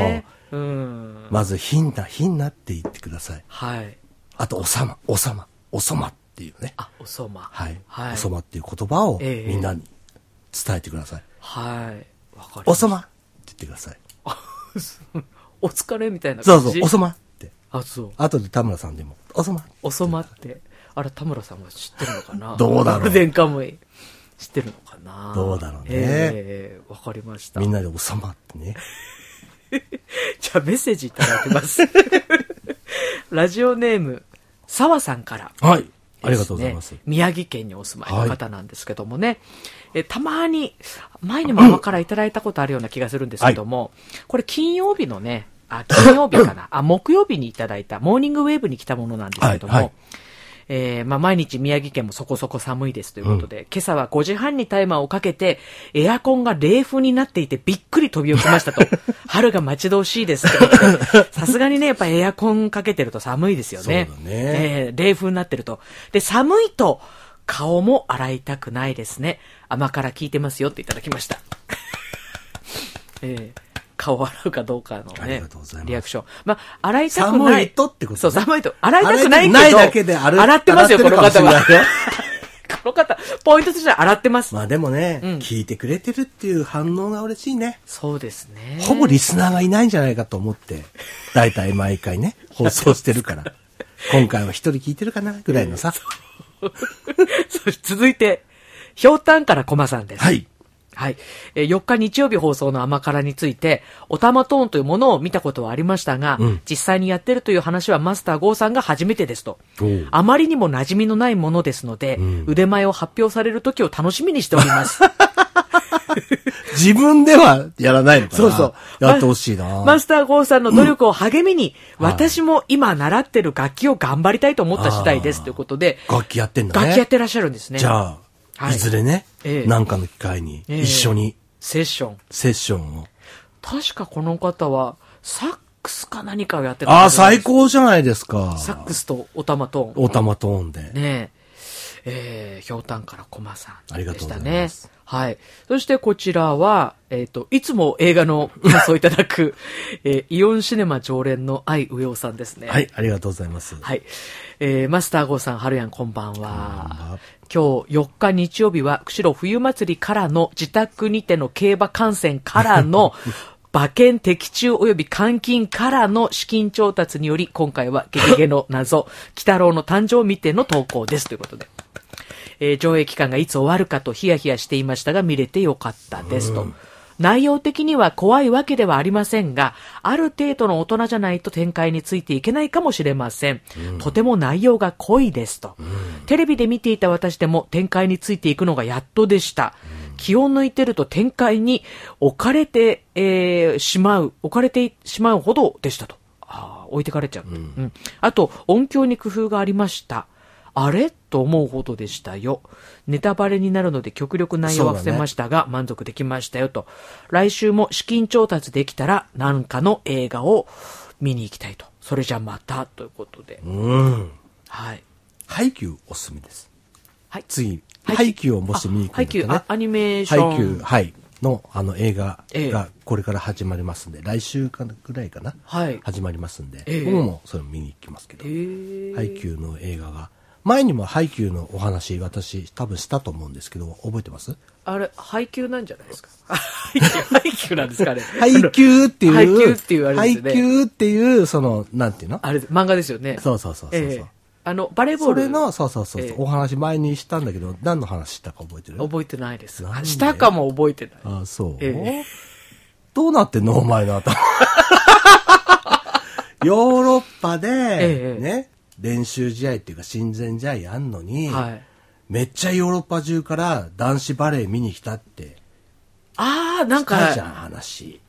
Speaker 2: う
Speaker 1: う
Speaker 2: ん。
Speaker 1: まず、ひんな、ひんなって言ってください。
Speaker 2: はい。
Speaker 1: あと、おさま、おさま、おそまっていうね。
Speaker 2: あ、おそま。
Speaker 1: はい。
Speaker 2: はい。
Speaker 1: おそまっていう言葉を、
Speaker 2: ええ
Speaker 1: みんなに伝えてください。
Speaker 2: はい。わかり
Speaker 1: お
Speaker 2: まし
Speaker 1: そまって言ってください。
Speaker 2: お疲れみたいな
Speaker 1: そ
Speaker 2: 感
Speaker 1: う
Speaker 2: じ。
Speaker 1: そう、おそまって。
Speaker 2: あ、そう。
Speaker 1: あとで田村さんでも、おそま。
Speaker 2: おそまって。あれ、田村さんは知ってるのかな
Speaker 1: どうだろう
Speaker 2: ゴールデンカムイ。知ってるのかな
Speaker 1: どうだろうね
Speaker 2: ええわかりました。
Speaker 1: みんなでおそまってね。
Speaker 2: (laughs) じゃあメッセージいただきます。ラジオネーム、沢さんから。
Speaker 1: はい。ありがとうございます
Speaker 2: で。ね宮城県にお住まいの方なんですけどもね、えたまに、前にも甘からいただいたことあるような気がするんですけども、これ金曜日のね、あ、金曜日か
Speaker 1: (coughs)
Speaker 2: な、あ、木曜日にいただいた、モーニングウェーブに来たものなんですけども、
Speaker 1: はいはい
Speaker 2: えーまあ、毎日宮城県もそこそこ寒いですということで、今朝は5時半にタイマーをかけて、エアコンが冷風になっていてびっくり飛び起きま
Speaker 1: (laughs)
Speaker 2: したと、春が待ち遠しいですってことでさすがにね、やっぱエアコンかけてると寒いですよね。
Speaker 1: そうだね
Speaker 2: えー冷風になってると。で、寒いと顔も洗いたくないですね。甘から聞いてますよっていただきま
Speaker 1: (laughs)
Speaker 2: した。えー顔を洗うかどうかの
Speaker 1: あり
Speaker 2: ね
Speaker 1: がとうございま、す
Speaker 2: リアクション。まあ、洗いたくない。
Speaker 1: 寒いとってことね
Speaker 2: そう、寒いと。洗いたくないけど。
Speaker 1: ないだけである
Speaker 2: 洗ってますよ、この方
Speaker 1: 洗っ
Speaker 2: は
Speaker 1: てるかもしれないよ。
Speaker 2: (laughs) この方、ポイントとしては洗ってます。
Speaker 1: まあでもね、
Speaker 2: うん
Speaker 1: 聞いてくれてるっていう反応が嬉しいね。
Speaker 2: そうですね。 (laughs)
Speaker 1: ほぼリスナーがいないんじゃないかと思って、だいたい毎回
Speaker 2: (laughs)
Speaker 1: ね、放送してるから。今回は一人聞いてるかなぐらいのさ。
Speaker 2: そして続いて、ひょうたんからこまさんです。
Speaker 1: はい。
Speaker 2: (laughs) はい。えー4日日曜日放送の甘辛について、おたまトーンというものを見たことはありましたが、
Speaker 1: うん
Speaker 2: 実際にやってるという話はマスター GO さんが初めてですと
Speaker 1: おう。
Speaker 2: あまりにも馴染みのないものですので、
Speaker 1: ん
Speaker 2: 腕前を発表される時を楽しみにしており
Speaker 1: (laughs)
Speaker 2: ます。
Speaker 1: 自分ではやらないのかな。
Speaker 2: そうそう。
Speaker 1: やってほしいな。
Speaker 2: マスター GO さんの努力を励みに、
Speaker 1: んはい
Speaker 2: 私も今習ってる楽器を頑張りたいと思った次第ですということで、
Speaker 1: 楽器やってんだね。
Speaker 2: 楽器やってらっしゃるんですね。
Speaker 1: じゃあ、
Speaker 2: はい
Speaker 1: いずれね、
Speaker 2: ええ
Speaker 1: なんかの機会に
Speaker 2: ええ
Speaker 1: 一緒に
Speaker 2: セッション。
Speaker 1: セッションを。
Speaker 2: 確かこの方は、サックスか何かをやってた
Speaker 1: ああ、最高じゃないですか。
Speaker 2: サックスとおたまと
Speaker 1: おたまトーンで。
Speaker 2: ねえ、えー、ひょうたんからこまさん
Speaker 1: ありが
Speaker 2: でし
Speaker 1: とうご
Speaker 2: た
Speaker 1: ざい
Speaker 2: ね
Speaker 1: ます。
Speaker 2: はい。そしてこちらは、えっ、と、いつも映画の感想をいただく、 (laughs) えーイオンシネマ常連の愛上尾さんですね。
Speaker 1: はい、ありがとうございます。
Speaker 2: はい。えーマスター号さん、はるやん、こんばんは
Speaker 1: は。
Speaker 2: 今日4日日曜日は、釧路冬祭りからの自宅にての競馬観戦から (laughs) の、馬券的中及び換金からの資金調達により、今回はゲゲゲの謎、鬼太郎の誕生を見ての投稿です。ということで。えー上映期間がいつ終わるかとヒヤヒヤしていましたが見れてよかったですと。内容的には怖いわけではありませんが、ある程度の大人じゃないと展開についていけないかもしれません。とても内容が濃いですと、テレビで見ていた私でも展開についていくのがやっとでした。気を抜いてると展開に置かれて、えーしまう、置かれてしまうほどでしたと。ああ、置いてかれちゃう、うん。あと、音響に工夫がありました。あれと思うほどでしたよ。ネタバレになるので極力内容は伏せましたが、満足できましたよと。来週も資金調達できたら何かの映画を見に行きたいと。それじゃまたということで。
Speaker 1: うん。
Speaker 2: はい。
Speaker 1: ハイキューおすすめです。
Speaker 2: はい。
Speaker 1: 次、
Speaker 2: はい
Speaker 1: ハイキューをもし見に行くんだ
Speaker 2: ハイ
Speaker 1: った
Speaker 2: キュ
Speaker 1: ら
Speaker 2: ー
Speaker 1: ね
Speaker 2: あアニメーシ
Speaker 1: ハイ
Speaker 2: ョン。
Speaker 1: キュー、はい、の、あの、映画
Speaker 2: ええ
Speaker 1: がこれから始まりますんで、来週かぐらいかな、
Speaker 2: はい
Speaker 1: 始まりますんで、
Speaker 2: ええ
Speaker 1: 僕もそれ見に行きますけど、
Speaker 2: えー
Speaker 1: ハイキューの映画が、前にもハイキューのお話、私、多分したと思うんですけど、覚え
Speaker 2: (laughs)
Speaker 1: てます
Speaker 2: あれ、配給なんじゃない
Speaker 1: (laughs)
Speaker 2: ですか。配給、配給なんですかね。
Speaker 1: ハイキューっていう、
Speaker 2: ハイキューっていうあれですよね
Speaker 1: ハイキューっていう、その、なんていうの
Speaker 2: あれ、漫画ですよね。
Speaker 1: そうそうそうそうそう
Speaker 2: ええあの、バレーボー
Speaker 1: そ
Speaker 2: ル。
Speaker 1: れの、そうそうそうそう、
Speaker 2: ええ
Speaker 1: お話前にしたんだけど、何の話したか覚えてる
Speaker 2: 覚えてないです
Speaker 1: なん。で
Speaker 2: したかも覚えてない。
Speaker 1: あそう、
Speaker 2: え
Speaker 1: どうなってんのお前の
Speaker 2: (laughs)
Speaker 1: 頭。ヨーロッパで、
Speaker 2: ええ
Speaker 1: ね、練習試合っていうか親善試合やんのに、
Speaker 2: はい
Speaker 1: めっちゃヨーロッパ中から男子バレー見に来たって、
Speaker 2: ああ、なん
Speaker 1: たじゃん、
Speaker 2: か、
Speaker 1: 話。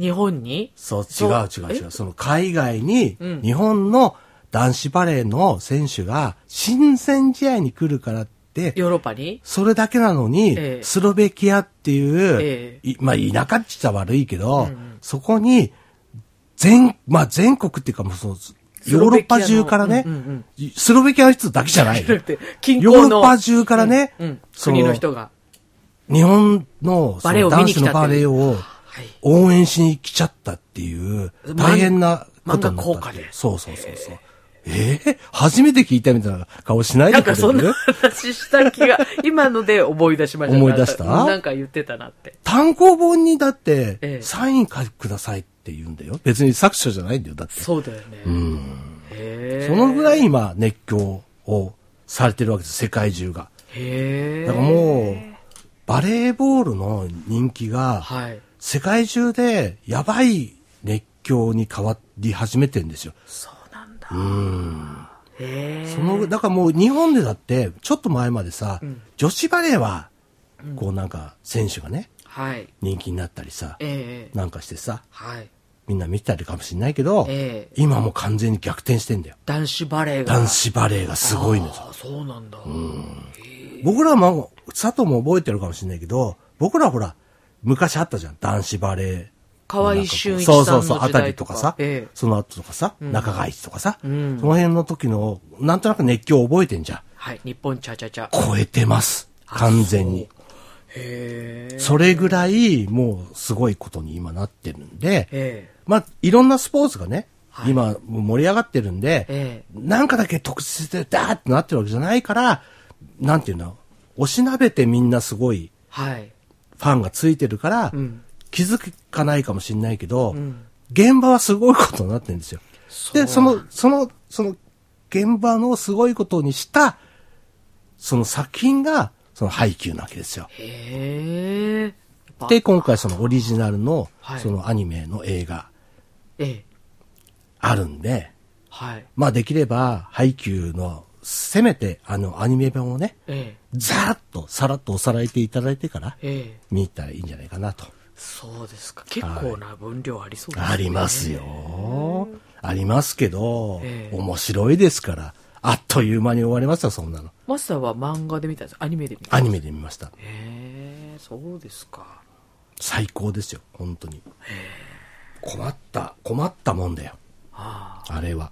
Speaker 2: 日本に
Speaker 1: そう、違
Speaker 2: そうう
Speaker 1: 違う違う。その海外に、日本の男子バレーの選手が親善試合に来るからって、
Speaker 2: ヨーロッパに
Speaker 1: それだけなのに、
Speaker 2: ええ
Speaker 1: スロベキアっていう、
Speaker 2: え
Speaker 1: いまあ田舎っちゃ悪いけど、そこに、全、まあ全国っていうかもうその、ヨーロッパ中からね、
Speaker 2: スロベキアのうんうん
Speaker 1: スロベキアの人だけじゃない。
Speaker 2: だって、近
Speaker 1: ヨ
Speaker 2: 郊
Speaker 1: ー
Speaker 2: の
Speaker 1: ロッパ中からね、
Speaker 2: うん、
Speaker 1: そ
Speaker 2: 国の人が。
Speaker 1: 日本のそ
Speaker 2: バレエ
Speaker 1: の
Speaker 2: を見
Speaker 1: 男
Speaker 2: に来た
Speaker 1: 子の
Speaker 2: って
Speaker 1: バレエを
Speaker 2: はい。
Speaker 1: 応援しに来ちゃったっていう、
Speaker 2: 漫
Speaker 1: 大変なことになったっていう
Speaker 2: 漫画効果で
Speaker 1: そうそうそうそう。ええ初めて聞いたみたいな顔しない
Speaker 2: な
Speaker 1: で
Speaker 2: んか
Speaker 1: くれる
Speaker 2: そんな話した気
Speaker 1: (laughs)
Speaker 2: が、今ので思い出しました。
Speaker 1: 思い出した
Speaker 2: なんかなんか言ってたなって。
Speaker 1: 単行本にだって、
Speaker 2: ええ
Speaker 1: サイン書いてくださいって言うんだよ。別に作者じゃないんだよ。だって。
Speaker 2: そうだよね。へえ。
Speaker 1: そのぐらい今熱狂をされてるわけです。世界中が。
Speaker 2: へえ。
Speaker 1: だからもう、バレーボールの人気が、
Speaker 2: はい。
Speaker 1: 世界中でやばい熱狂に変わり始めてんですよ。
Speaker 2: そうなんだ。へえ。
Speaker 1: その、だからもう日本でだって、ちょっと前までさ、女子バレーは、こうなんか選手がね、
Speaker 2: はい。
Speaker 1: 人気になったりさ、
Speaker 2: ええ。
Speaker 1: なんかしてさ、
Speaker 2: はい。
Speaker 1: みんな見てたりかもしれないけど、
Speaker 2: ええ
Speaker 1: 今もう完全に逆転してんだよ。
Speaker 2: 男子バレーが。
Speaker 1: 男子バレーがすごいのさ。
Speaker 2: ああ、そうなんだ。
Speaker 1: 僕らも、佐藤も覚えてるかもしれないけど、僕らほら、昔あったじゃん。男子バレー。
Speaker 2: 河合俊一さん
Speaker 1: そ
Speaker 2: の
Speaker 1: う
Speaker 2: 時代とか。
Speaker 1: そうそう、あたりとかさ、
Speaker 2: ええ。
Speaker 1: その後とかさ、中川一とかさ、その辺の時の、なんとなく熱狂を覚えてんじゃん。
Speaker 2: はい。日本チャチャチャ。
Speaker 1: 超えてます。完全に。
Speaker 2: へえ。
Speaker 1: それぐらい、もう、すごいことに今なってるんで、
Speaker 2: ええ。
Speaker 1: まあ、いろんなスポーツがね、今もう盛り上がってるんで、
Speaker 2: え
Speaker 1: なんかだけ特殊でダーってなってるわけじゃないから、なんていうの、おしなべてみんなすごい
Speaker 2: はい。
Speaker 1: ファンがついてるから、
Speaker 2: ん
Speaker 1: 気づかないかもしれないけど、現場はすごいことになってるんですよ。で、その、その、その、現場のすごいことにした、その作品が、その配給なわけですよ。
Speaker 2: へえ。ば
Speaker 1: で、今回そのオリジナルの
Speaker 2: は、い
Speaker 1: そのアニメの映画、
Speaker 2: ええ。
Speaker 1: あるんで、
Speaker 2: はい。
Speaker 1: まあできれば、配給の、せめて、あの、アニメ版をね、
Speaker 2: え
Speaker 1: ざーっと、さらっとおさらいていただいてから
Speaker 2: え。、ええ。
Speaker 1: 見に行ったらいいんじゃないかなと。
Speaker 2: そうですか。結構な分量ありそうですね。
Speaker 1: ありますよ。ありますけど、
Speaker 2: ええ
Speaker 1: 面白いですから、あっという間に終わりました、そんなの。
Speaker 2: マスターは漫画で見たんですアニメで見た
Speaker 1: アニメで見ました。
Speaker 2: へえ、そうですか。
Speaker 1: 最高ですよ、本当に。困った、困ったもんだよ。
Speaker 2: は
Speaker 1: あれは。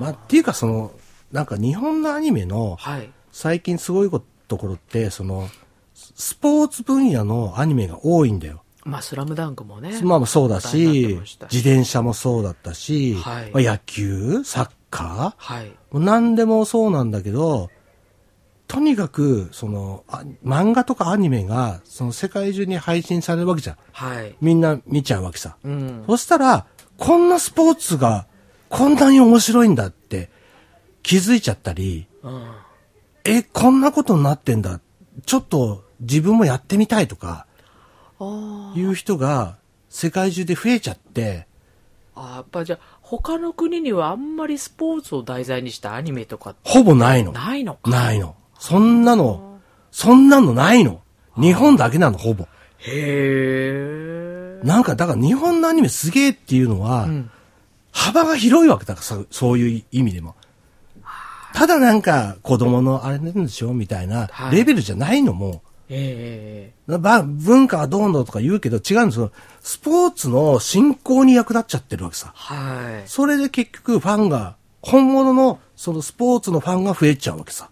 Speaker 1: まあ、っていうかその、なんか日本のアニメの
Speaker 2: あ、はい。
Speaker 1: 最近すごいこところって、その、ススポーツ分野のアニメが多いんだよ。
Speaker 2: まあ、スラムダンクもね。
Speaker 1: まあまあそうだ
Speaker 2: 話題になって
Speaker 1: し
Speaker 2: ました、
Speaker 1: 自転車もそうだったし、
Speaker 2: はい
Speaker 1: まあ野球、サッカ
Speaker 2: はい。
Speaker 1: ー、もう何でもそうなんだけど、とにかく、その、あ漫画とかアニメが、その世界中に配信されるわけじゃん。
Speaker 2: はい。
Speaker 1: みんな見ちゃうわけさ。
Speaker 2: うん。
Speaker 1: そしたら、こんなスポーツが、こんなに面白いんだって気づいちゃったり、
Speaker 2: うん。
Speaker 1: え、こんなことになってんだ。ちょっと自分もやってみたいとか、
Speaker 2: あ
Speaker 1: いう人が世界中で増えちゃって、
Speaker 2: あ、やっぱじゃあ、他の国にはあんまりスポーツを題材にしたアニメとか
Speaker 1: ほぼないの。
Speaker 2: ないのか。
Speaker 1: ないの。そんなの、そんなのないの。日本だけなの、ほぼ。
Speaker 2: へえ。
Speaker 1: なんか、だから日本のアニメすげえっていうのは、
Speaker 2: ん
Speaker 1: 幅が広いわけだからそう、そういう意味でも。ただなんか、子供のあれなんでしょみたいな
Speaker 2: は、い
Speaker 1: レベルじゃないのも、
Speaker 2: ええ
Speaker 1: ば文化はどうのとか言うけど違うんですよ。スポーツの振興に役立っちゃってるわけさ。
Speaker 2: はい。
Speaker 1: それで結局ファンが、本物のそのスポーツのファンが増えちゃうわけさ。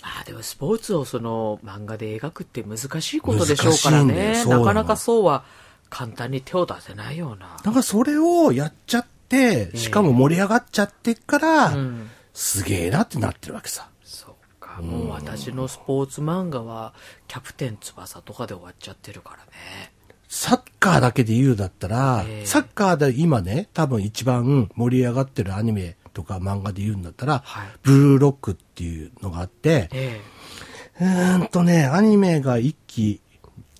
Speaker 2: まあでもスポーツをその漫画で描くって難しいことでしょうから
Speaker 1: 難しいんだよ
Speaker 2: ね。
Speaker 1: そうな
Speaker 2: な
Speaker 1: の
Speaker 2: かなかそうは簡単に手を出せないような。
Speaker 1: だからそれをやっちゃって、しかも盛り上がっちゃってっから、
Speaker 2: うん。
Speaker 1: すげえなってなってるわけさ。
Speaker 2: そうか。もう私のスポーツ漫画はキャプテン翼とかで終わっちゃってるからね。
Speaker 1: サッカーだけで言うだったら、
Speaker 2: ええ
Speaker 1: サッカーで今ね、多分一番盛り上がってるアニメとか漫画で言うんだったら、
Speaker 2: はい
Speaker 1: ブルーロックっていうのがあって、
Speaker 2: え
Speaker 1: うーんとね、アニメが1期、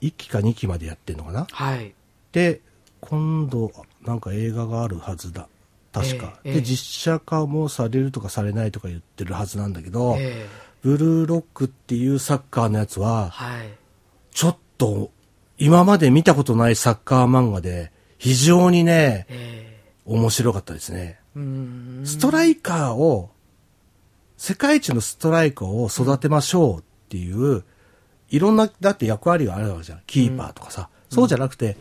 Speaker 1: 1期か2期までやってんのかな
Speaker 2: えはい。
Speaker 1: で、今度、なんか映画があるはずだ。確か。
Speaker 2: えええ
Speaker 1: で、
Speaker 2: え
Speaker 1: 実写化もされるとかされないとか言ってるはずなんだけど、
Speaker 2: ええ
Speaker 1: ブルーロックっていうサッカーのやつは、
Speaker 2: はい。
Speaker 1: ちょっと、今まで見たことないサッカー漫画で、非常にね、
Speaker 2: え
Speaker 1: 面白かったですね。
Speaker 2: えうん。
Speaker 1: ストライカーを、世界一のストライカーを育てましょうっていう、いろんな、だって役割があるわけじゃん。キーパーとかさ。そうじゃなくて、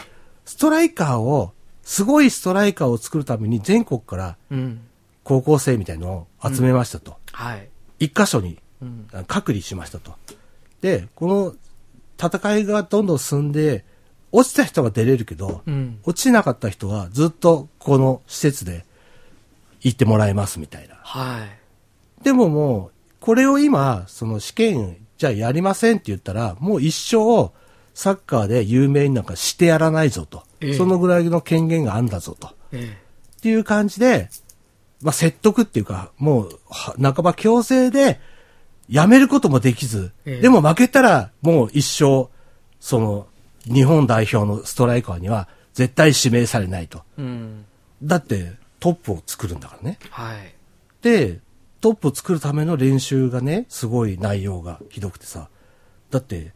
Speaker 1: ストライカーを、すごいストライカーを作るために全国から
Speaker 2: うん。
Speaker 1: 高校生みたいのを集めましたと。
Speaker 2: はい。
Speaker 1: 一箇所に
Speaker 2: うん。
Speaker 1: あ隔離しましたと。で、この戦いがどんどん進んで、落ちた人は出れるけど、
Speaker 2: うん。
Speaker 1: 落ちなかった人はずっとこの施設で行ってもらいますみたいな。
Speaker 2: はい。
Speaker 1: でももう、これを今、その試験、じゃあやりませんって言ったら、もう一生、サッカーで有名になんかしてやらないぞと。
Speaker 2: ええ
Speaker 1: そのぐらいの権限があんだぞと。
Speaker 2: え
Speaker 1: っていう感じで、まあ、説得っていうか、もう、は半ば強制で、やめることもできず、
Speaker 2: ええ
Speaker 1: でも負けたら、もう一生、その、日本代表のストライカーには、絶対指名されないと。
Speaker 2: えうん。
Speaker 1: だって、トップを作るんだからね。
Speaker 2: はい。
Speaker 1: で、トップを作るための練習がね、すごい内容がひどくてさ。だって、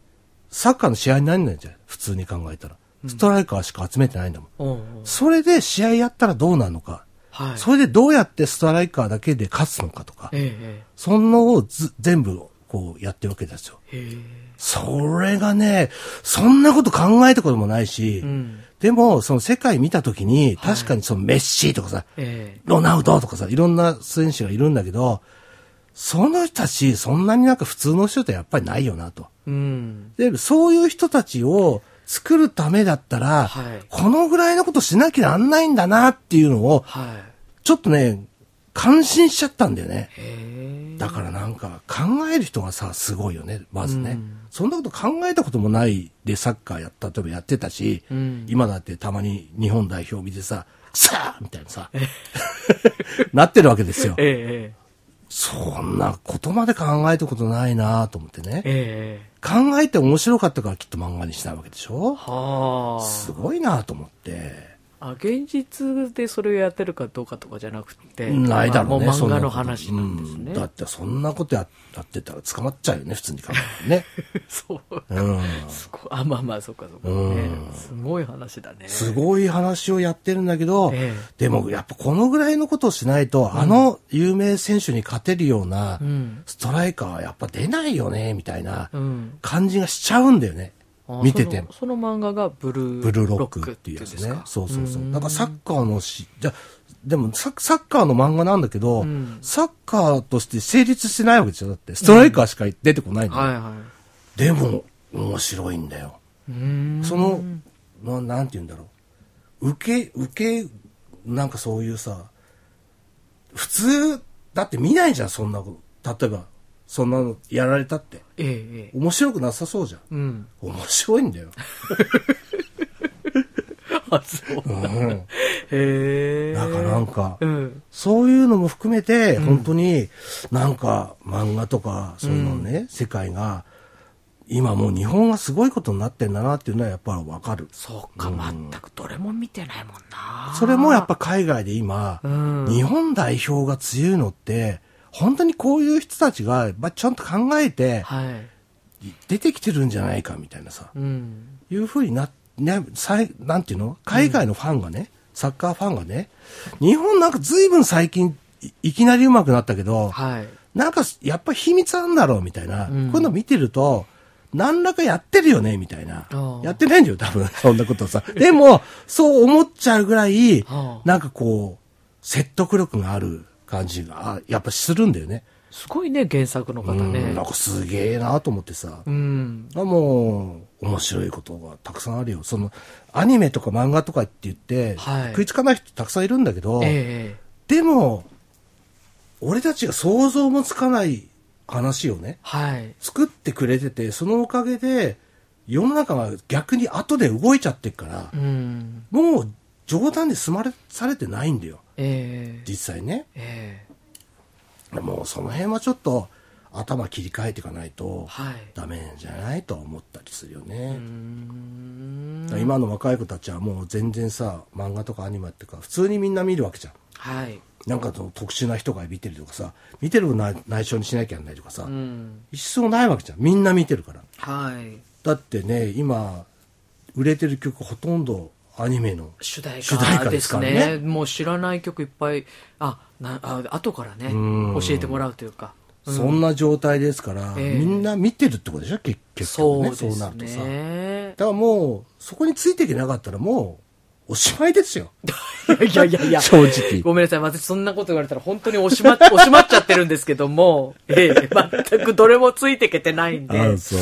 Speaker 1: サッカーの試合にならないじゃん。普通に考えたら。ストライカーしか集めてないんだもん。
Speaker 2: おうおう
Speaker 1: それで試合やったらどうなるのか。
Speaker 2: はい。
Speaker 1: それでどうやってストライカーだけで勝つのかとか、
Speaker 2: ええ
Speaker 1: そんのをず全部こうやってるわけですよ。
Speaker 2: ええへ
Speaker 1: それがね、そんなこと考えたこともないし、
Speaker 2: え。うん。
Speaker 1: でも、その世界見たときに、確かにそのメッシーとかさ、
Speaker 2: ええ。
Speaker 1: ロナウドとかさ、いろんな選手がいるんだけど、その人たち、そんなになんか普通の人ってやっぱりないよなと。
Speaker 2: うん。
Speaker 1: で、そういう人たちを作るためだったら、
Speaker 2: はい
Speaker 1: このぐらいのことしなきゃなんないんだなっていうのを、
Speaker 2: はい。
Speaker 1: ちょっとね、感心しちゃったんだよね。
Speaker 2: へえ。
Speaker 1: だからなんか考える人がさ、すごいよね、まずね。
Speaker 2: うん
Speaker 1: そんなこと考えたこともないでサッカーやった、例えばやってたし、
Speaker 2: うん
Speaker 1: 今だってたまに日本代表見てさ、さあみたいなさ、 (laughs) なってるわけですよ。
Speaker 2: え
Speaker 1: そんなことまで考えたことないなと思って
Speaker 2: え。
Speaker 1: ね。
Speaker 2: ええ。
Speaker 1: 考えて面白かったからきっと漫画にしたわけでしょ
Speaker 2: は
Speaker 1: すごいなと思って。
Speaker 2: あ。あ、現実でそれをやってるかどうかとかじゃなくて。
Speaker 1: ないだろうね。
Speaker 2: まあも
Speaker 1: そ
Speaker 2: うん漫
Speaker 1: な
Speaker 2: 画
Speaker 1: こと
Speaker 2: の話なんです
Speaker 1: う
Speaker 2: ね。
Speaker 1: だってそんなことややってたら捕まっちゃうよね、普通に考え
Speaker 2: (laughs)
Speaker 1: たらね。
Speaker 2: そう。
Speaker 1: うん。
Speaker 2: すごい。あ、まあまあ、そっかそっか。ねすごい話だね。
Speaker 1: す
Speaker 2: い。
Speaker 1: ごい話をやってるんだけど、
Speaker 2: ええ
Speaker 1: でもやっぱこのぐらいのことをしないと、あの有名選手に勝てるような
Speaker 2: うん。
Speaker 1: ストライカーはやっぱ出ないよね、みたいな
Speaker 2: うん。
Speaker 1: 感じがしちゃうんだよね。
Speaker 2: ああ
Speaker 1: 見てて
Speaker 2: そのその漫画がブルー
Speaker 1: ブルーロックっていうやつ
Speaker 2: ロックっていうんで。す
Speaker 1: ね
Speaker 2: か
Speaker 1: そうそうそうう。
Speaker 2: ん
Speaker 1: だからサッカーのし、じゃ、でもササッカーの漫画なんだけど、
Speaker 2: うん
Speaker 1: サッカーとして成立してないわけですよ。だって、ストライカーしか出てこないの、
Speaker 2: はいは
Speaker 1: でも、面白いんだよ。
Speaker 2: い。うーん
Speaker 1: その、ななんて言うんだろう。受け、受け、なんかそういうさ、普通、だって見ないじゃん、そんなこと。例えば、そんなのやられたって。
Speaker 2: ええええ。
Speaker 1: 面白くなさそうじゃん。
Speaker 2: う
Speaker 1: (laughs)
Speaker 2: ん。
Speaker 1: 面白いんだよ。
Speaker 2: あ、そう。
Speaker 1: うん。
Speaker 2: (laughs) へえ。
Speaker 1: なんかなんか
Speaker 2: う、ん。
Speaker 1: そういうのも含めて、本当になんか漫画とか、そういうのね、世界が、今もう日本がすごいことになってんだなっていうのはやっぱりわかる。
Speaker 2: そうか、全くどれも見てないもんな。
Speaker 1: それもやっぱ海外で今、
Speaker 2: うん
Speaker 1: 日本代表が強いのって、本当にこういう人たちが、まあ、ちゃんと考えて、
Speaker 2: はい。
Speaker 1: 出てきてるんじゃないかみたいなさ、
Speaker 2: うん。
Speaker 1: いうふうにな、ね、さいなんていうの海外のファンがね、サッカーファンがね、日本なんか随分最近、いいきなり上手くなったけど、
Speaker 2: はい。
Speaker 1: なんかやっぱ秘密あんだろうみたいな、
Speaker 2: ん
Speaker 1: こういうの見てると、何らかやってるよねみたいな
Speaker 2: あ。あ
Speaker 1: やってないんだよ、多分、 (laughs) そんなことさ。でも、そう思っちゃうぐらい
Speaker 2: ああ、
Speaker 1: なんかこう、説得力がある感じが、あやっぱするんだよね。
Speaker 2: すごいね、原作の方
Speaker 1: うん
Speaker 2: ね
Speaker 1: なん。かすげえなと思ってさ。
Speaker 2: うん。
Speaker 1: あもう、面白いことがたくさんあるよ。その、アニメとか漫画とかって言って、
Speaker 2: はい
Speaker 1: 食いつかない人たくさんいるんだけど、
Speaker 2: ええ
Speaker 1: でも、俺たちが想像もつかない話をね、
Speaker 2: はい。
Speaker 1: 作ってくれてて、そのおかげで、世の中が逆に後で動いちゃってるから
Speaker 2: う、ん。
Speaker 1: もう冗談で済まれ、されてないんだよ。
Speaker 2: ええ
Speaker 1: 実際ね。
Speaker 2: ええ
Speaker 1: もうその辺はちょっと頭切り替えていかないと、
Speaker 2: はい。
Speaker 1: ダメじゃないとは思ったりするよ
Speaker 2: うー
Speaker 1: ね。
Speaker 2: ん
Speaker 1: だから今の若い子たちはもう全然さ、漫画とかアニメっていうか、普通にみんな見るわけじゃん。
Speaker 2: はい。
Speaker 1: なんかその特殊な人が見てるとかさ、見てるの内内緒にしなきゃいけないとかさ、
Speaker 2: うん。
Speaker 1: 一層ないわけじゃん。みんな見てるから。
Speaker 2: はい。
Speaker 1: だってね今売れてる曲ほとんどアニメの
Speaker 2: 主題
Speaker 1: 主
Speaker 2: 歌
Speaker 1: 題歌
Speaker 2: で
Speaker 1: ですすからね
Speaker 2: ね。もう知らない曲いっぱい、あ、な、あ、後からね、
Speaker 1: うん
Speaker 2: 教えてもらうというか。うん
Speaker 1: そんな状態ですから、
Speaker 2: ええ
Speaker 1: みんな見てるってことでしょ結結
Speaker 2: そ
Speaker 1: 局
Speaker 2: う
Speaker 1: ね
Speaker 2: ですね。
Speaker 1: なるとさだからもうそこについていけなかったらもうおしまいですよ
Speaker 2: (laughs) いやいやいや。
Speaker 1: 正直
Speaker 2: ごめんなさい。私そんなこと言われたら本当に押し
Speaker 1: (laughs)
Speaker 2: ま、押しまっちゃってるんですけども、ええ、全くどれもついてけてないんで。
Speaker 1: あそ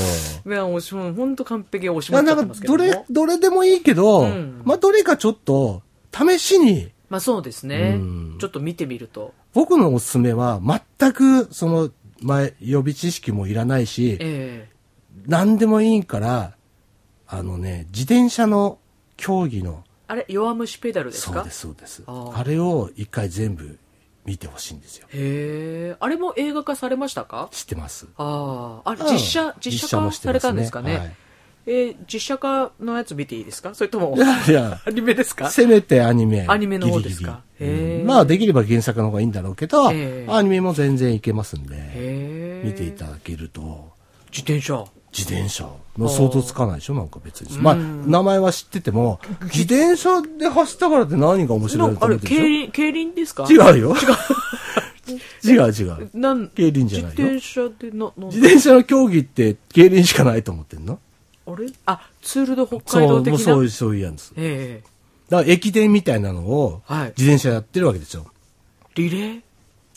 Speaker 1: う
Speaker 2: いや、押しま、本当完璧に押しま
Speaker 1: まあ
Speaker 2: っちゃって
Speaker 1: なん
Speaker 2: ま
Speaker 1: か
Speaker 2: すけど
Speaker 1: ど
Speaker 2: も。
Speaker 1: れどれでもいいけど、
Speaker 2: うん
Speaker 1: まあどれかちょっと試しに
Speaker 2: まあそうですね
Speaker 1: うん。
Speaker 2: ちょっと見てみると。
Speaker 1: 僕のおすすめは全くその前予備知識もいらないし
Speaker 2: え
Speaker 1: 何でもいいからあのね自転車の競技の
Speaker 2: えあれ、弱虫ペダルです
Speaker 1: そう
Speaker 2: か
Speaker 1: ですそうです
Speaker 2: あ
Speaker 1: あ
Speaker 2: ー
Speaker 1: れを一回全部見てほしいんですよ
Speaker 2: へえ。あれも映画化されましたか
Speaker 1: 知っ
Speaker 2: (laughs)
Speaker 1: てます
Speaker 2: ああ、あれ
Speaker 1: うん
Speaker 2: 実写、実写化
Speaker 1: もして
Speaker 2: さ
Speaker 1: ま
Speaker 2: れたんですかね。
Speaker 1: はい
Speaker 2: えー実写化のやつ見ていいですかそれ
Speaker 1: (laughs)
Speaker 2: とも
Speaker 1: い、やいや
Speaker 2: アニメですか
Speaker 1: せめてアニメ
Speaker 2: アニメの方ですか
Speaker 1: ギリギリ
Speaker 2: へー
Speaker 1: うんまあできれば原作の方がいいんだろうけど、
Speaker 2: ええ
Speaker 1: アニメも全然いけますんで
Speaker 2: へえ。
Speaker 1: 見ていただけると
Speaker 2: 自転車。
Speaker 1: 自転車の想像つかないでしょなんか別に、
Speaker 2: うん
Speaker 1: まあ名前は知ってても自転車で走ったからって何が面
Speaker 2: な
Speaker 1: 白い
Speaker 2: ん
Speaker 1: と
Speaker 2: かあ
Speaker 1: 思っ
Speaker 2: れ、
Speaker 1: てるでしょ
Speaker 2: 競輪、競輪ですか
Speaker 1: 違うよ (laughs) 違う違う
Speaker 2: なん
Speaker 1: 競輪じゃない
Speaker 2: 自
Speaker 1: よ
Speaker 2: 転車でな、な
Speaker 1: 自転車の競技って競輪しかないと思ってんの
Speaker 2: あれあ、ツールド北
Speaker 1: そ
Speaker 2: 海道
Speaker 1: う、
Speaker 2: 的
Speaker 1: も
Speaker 2: な。
Speaker 1: うそういう、そういうやつ。
Speaker 2: ええ
Speaker 1: だから駅伝みたいなのを、
Speaker 2: はい
Speaker 1: 自転車やってるわけですよ。
Speaker 2: リレー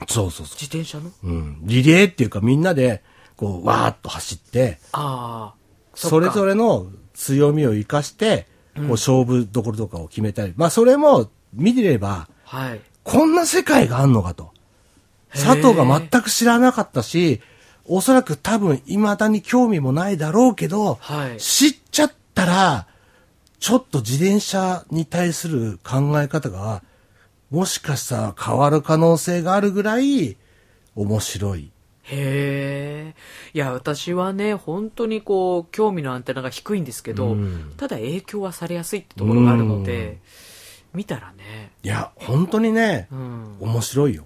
Speaker 1: そうそうそ
Speaker 2: 自転車の
Speaker 1: う。うん。リレーっていうかみんなで、こう、わーっと走って、
Speaker 2: ああ。
Speaker 1: それぞ
Speaker 2: れ。
Speaker 1: れの強みを生かして、こう、勝負どころとかを決めたり。まあ、それも見てれば、
Speaker 2: はい。
Speaker 1: こんな世界があんのかと。
Speaker 2: へー
Speaker 1: 佐藤が全く知らなかったし、おそらく多分未だに興味もないだろうけど、
Speaker 2: はい
Speaker 1: 知っちゃったら、ちょっと自転車に対する考え方が、もしかしたら変わる可能性があるぐらい面白い。
Speaker 2: へえ。いや、私はね、本当にこう、興味のアンテナが低いんですけど、
Speaker 1: うん
Speaker 2: ただ影響はされやすいってところがあるので、見たらね、
Speaker 1: いや、本当にね
Speaker 2: う、ん。
Speaker 1: 面白いよ。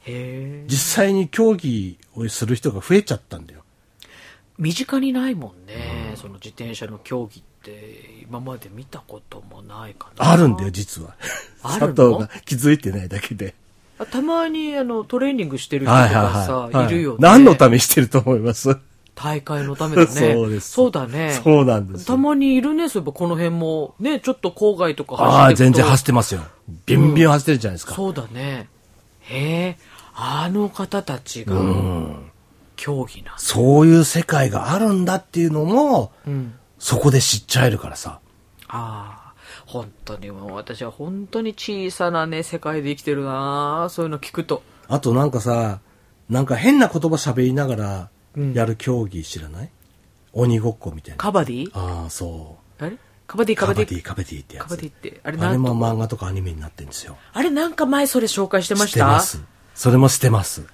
Speaker 2: へえ。
Speaker 1: 実際に競技をする人が増えちゃったんだよ。
Speaker 2: 身近にないもんね、その自転車の競技って、今まで見たこともないかな。
Speaker 1: あるんだよ、実は。
Speaker 2: あ
Speaker 1: (laughs) 佐
Speaker 2: るの
Speaker 1: 藤が気づいてないだけで。
Speaker 2: あたまに、あの、トレーニングしてる人と
Speaker 1: は
Speaker 2: か
Speaker 1: い
Speaker 2: さ、
Speaker 1: はいいはい。
Speaker 2: るよね。
Speaker 1: 何のためにしてると思います
Speaker 2: 多大会のためだね。
Speaker 1: そうです
Speaker 2: そうだね。
Speaker 1: そうなんです
Speaker 2: た
Speaker 1: よ。
Speaker 2: まにいるね、そういえばこの辺も。ね、ちょっと郊外とか走って
Speaker 1: ああ、全然走
Speaker 2: っ
Speaker 1: ってますよ。ビンビン走ってるじゃないですか。
Speaker 2: そうだね。へえ、あの方たちが、競技なんだ
Speaker 1: そういう世界があるんだっていうのも、そこで知っちゃえるからさ。
Speaker 2: ああ、本当にもう私は本当に小さなね、世界で生きてるなあそういうの聞くと。
Speaker 1: あとなんかさ、なんか変な言葉喋りながらやる競技知らない、鬼ごっこみたいな。
Speaker 2: カバディ
Speaker 1: ああ、そう。
Speaker 2: あれカバディ、カ
Speaker 1: カ
Speaker 2: バ
Speaker 1: バ
Speaker 2: デ
Speaker 1: デ
Speaker 2: ィ
Speaker 1: ィ、。カバディってやつ。
Speaker 2: カバディってあれ
Speaker 1: あれも
Speaker 2: なん
Speaker 1: 漫画とかアニメになってるんですよ。
Speaker 2: あれなんか前それ紹介してまし
Speaker 1: して
Speaker 2: た
Speaker 1: ます。それもしてます。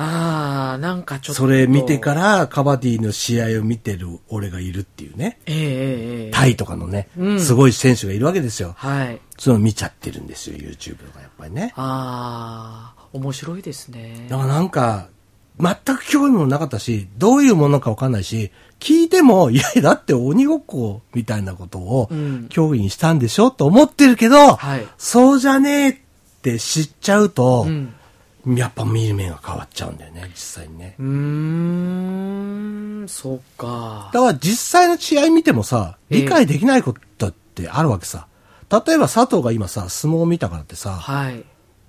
Speaker 2: ああ、なんかちょっと。。
Speaker 1: それ見てかららカバディの試合を見てる俺がいるっていうね。
Speaker 2: ええええええ
Speaker 1: タイとかのね、すごい選手がいるわけですよ。
Speaker 2: はい。
Speaker 1: そういうの見ちゃってるんですよ、YouTube とかやっぱりね。
Speaker 2: ああ、面白いですね
Speaker 1: だ。からなんか、全く興味もなかったし、どういうものかわかんないし、聞いても、い (laughs) や、だって鬼ごっこみたいなことを
Speaker 2: ん
Speaker 1: 競技にしたんでしょと思ってるけど、
Speaker 2: はい
Speaker 1: そうじゃねえって知っちゃうと、
Speaker 2: ん
Speaker 1: やっぱ見る目が変わっちゃうんだよね、実際にね。
Speaker 2: うーん、そっか。
Speaker 1: だから実際の試合見てもさ、
Speaker 2: ええ
Speaker 1: 理解できないことだってあるわけさ。例えば佐藤が今さ、相撲を見たからってさ、
Speaker 2: はい。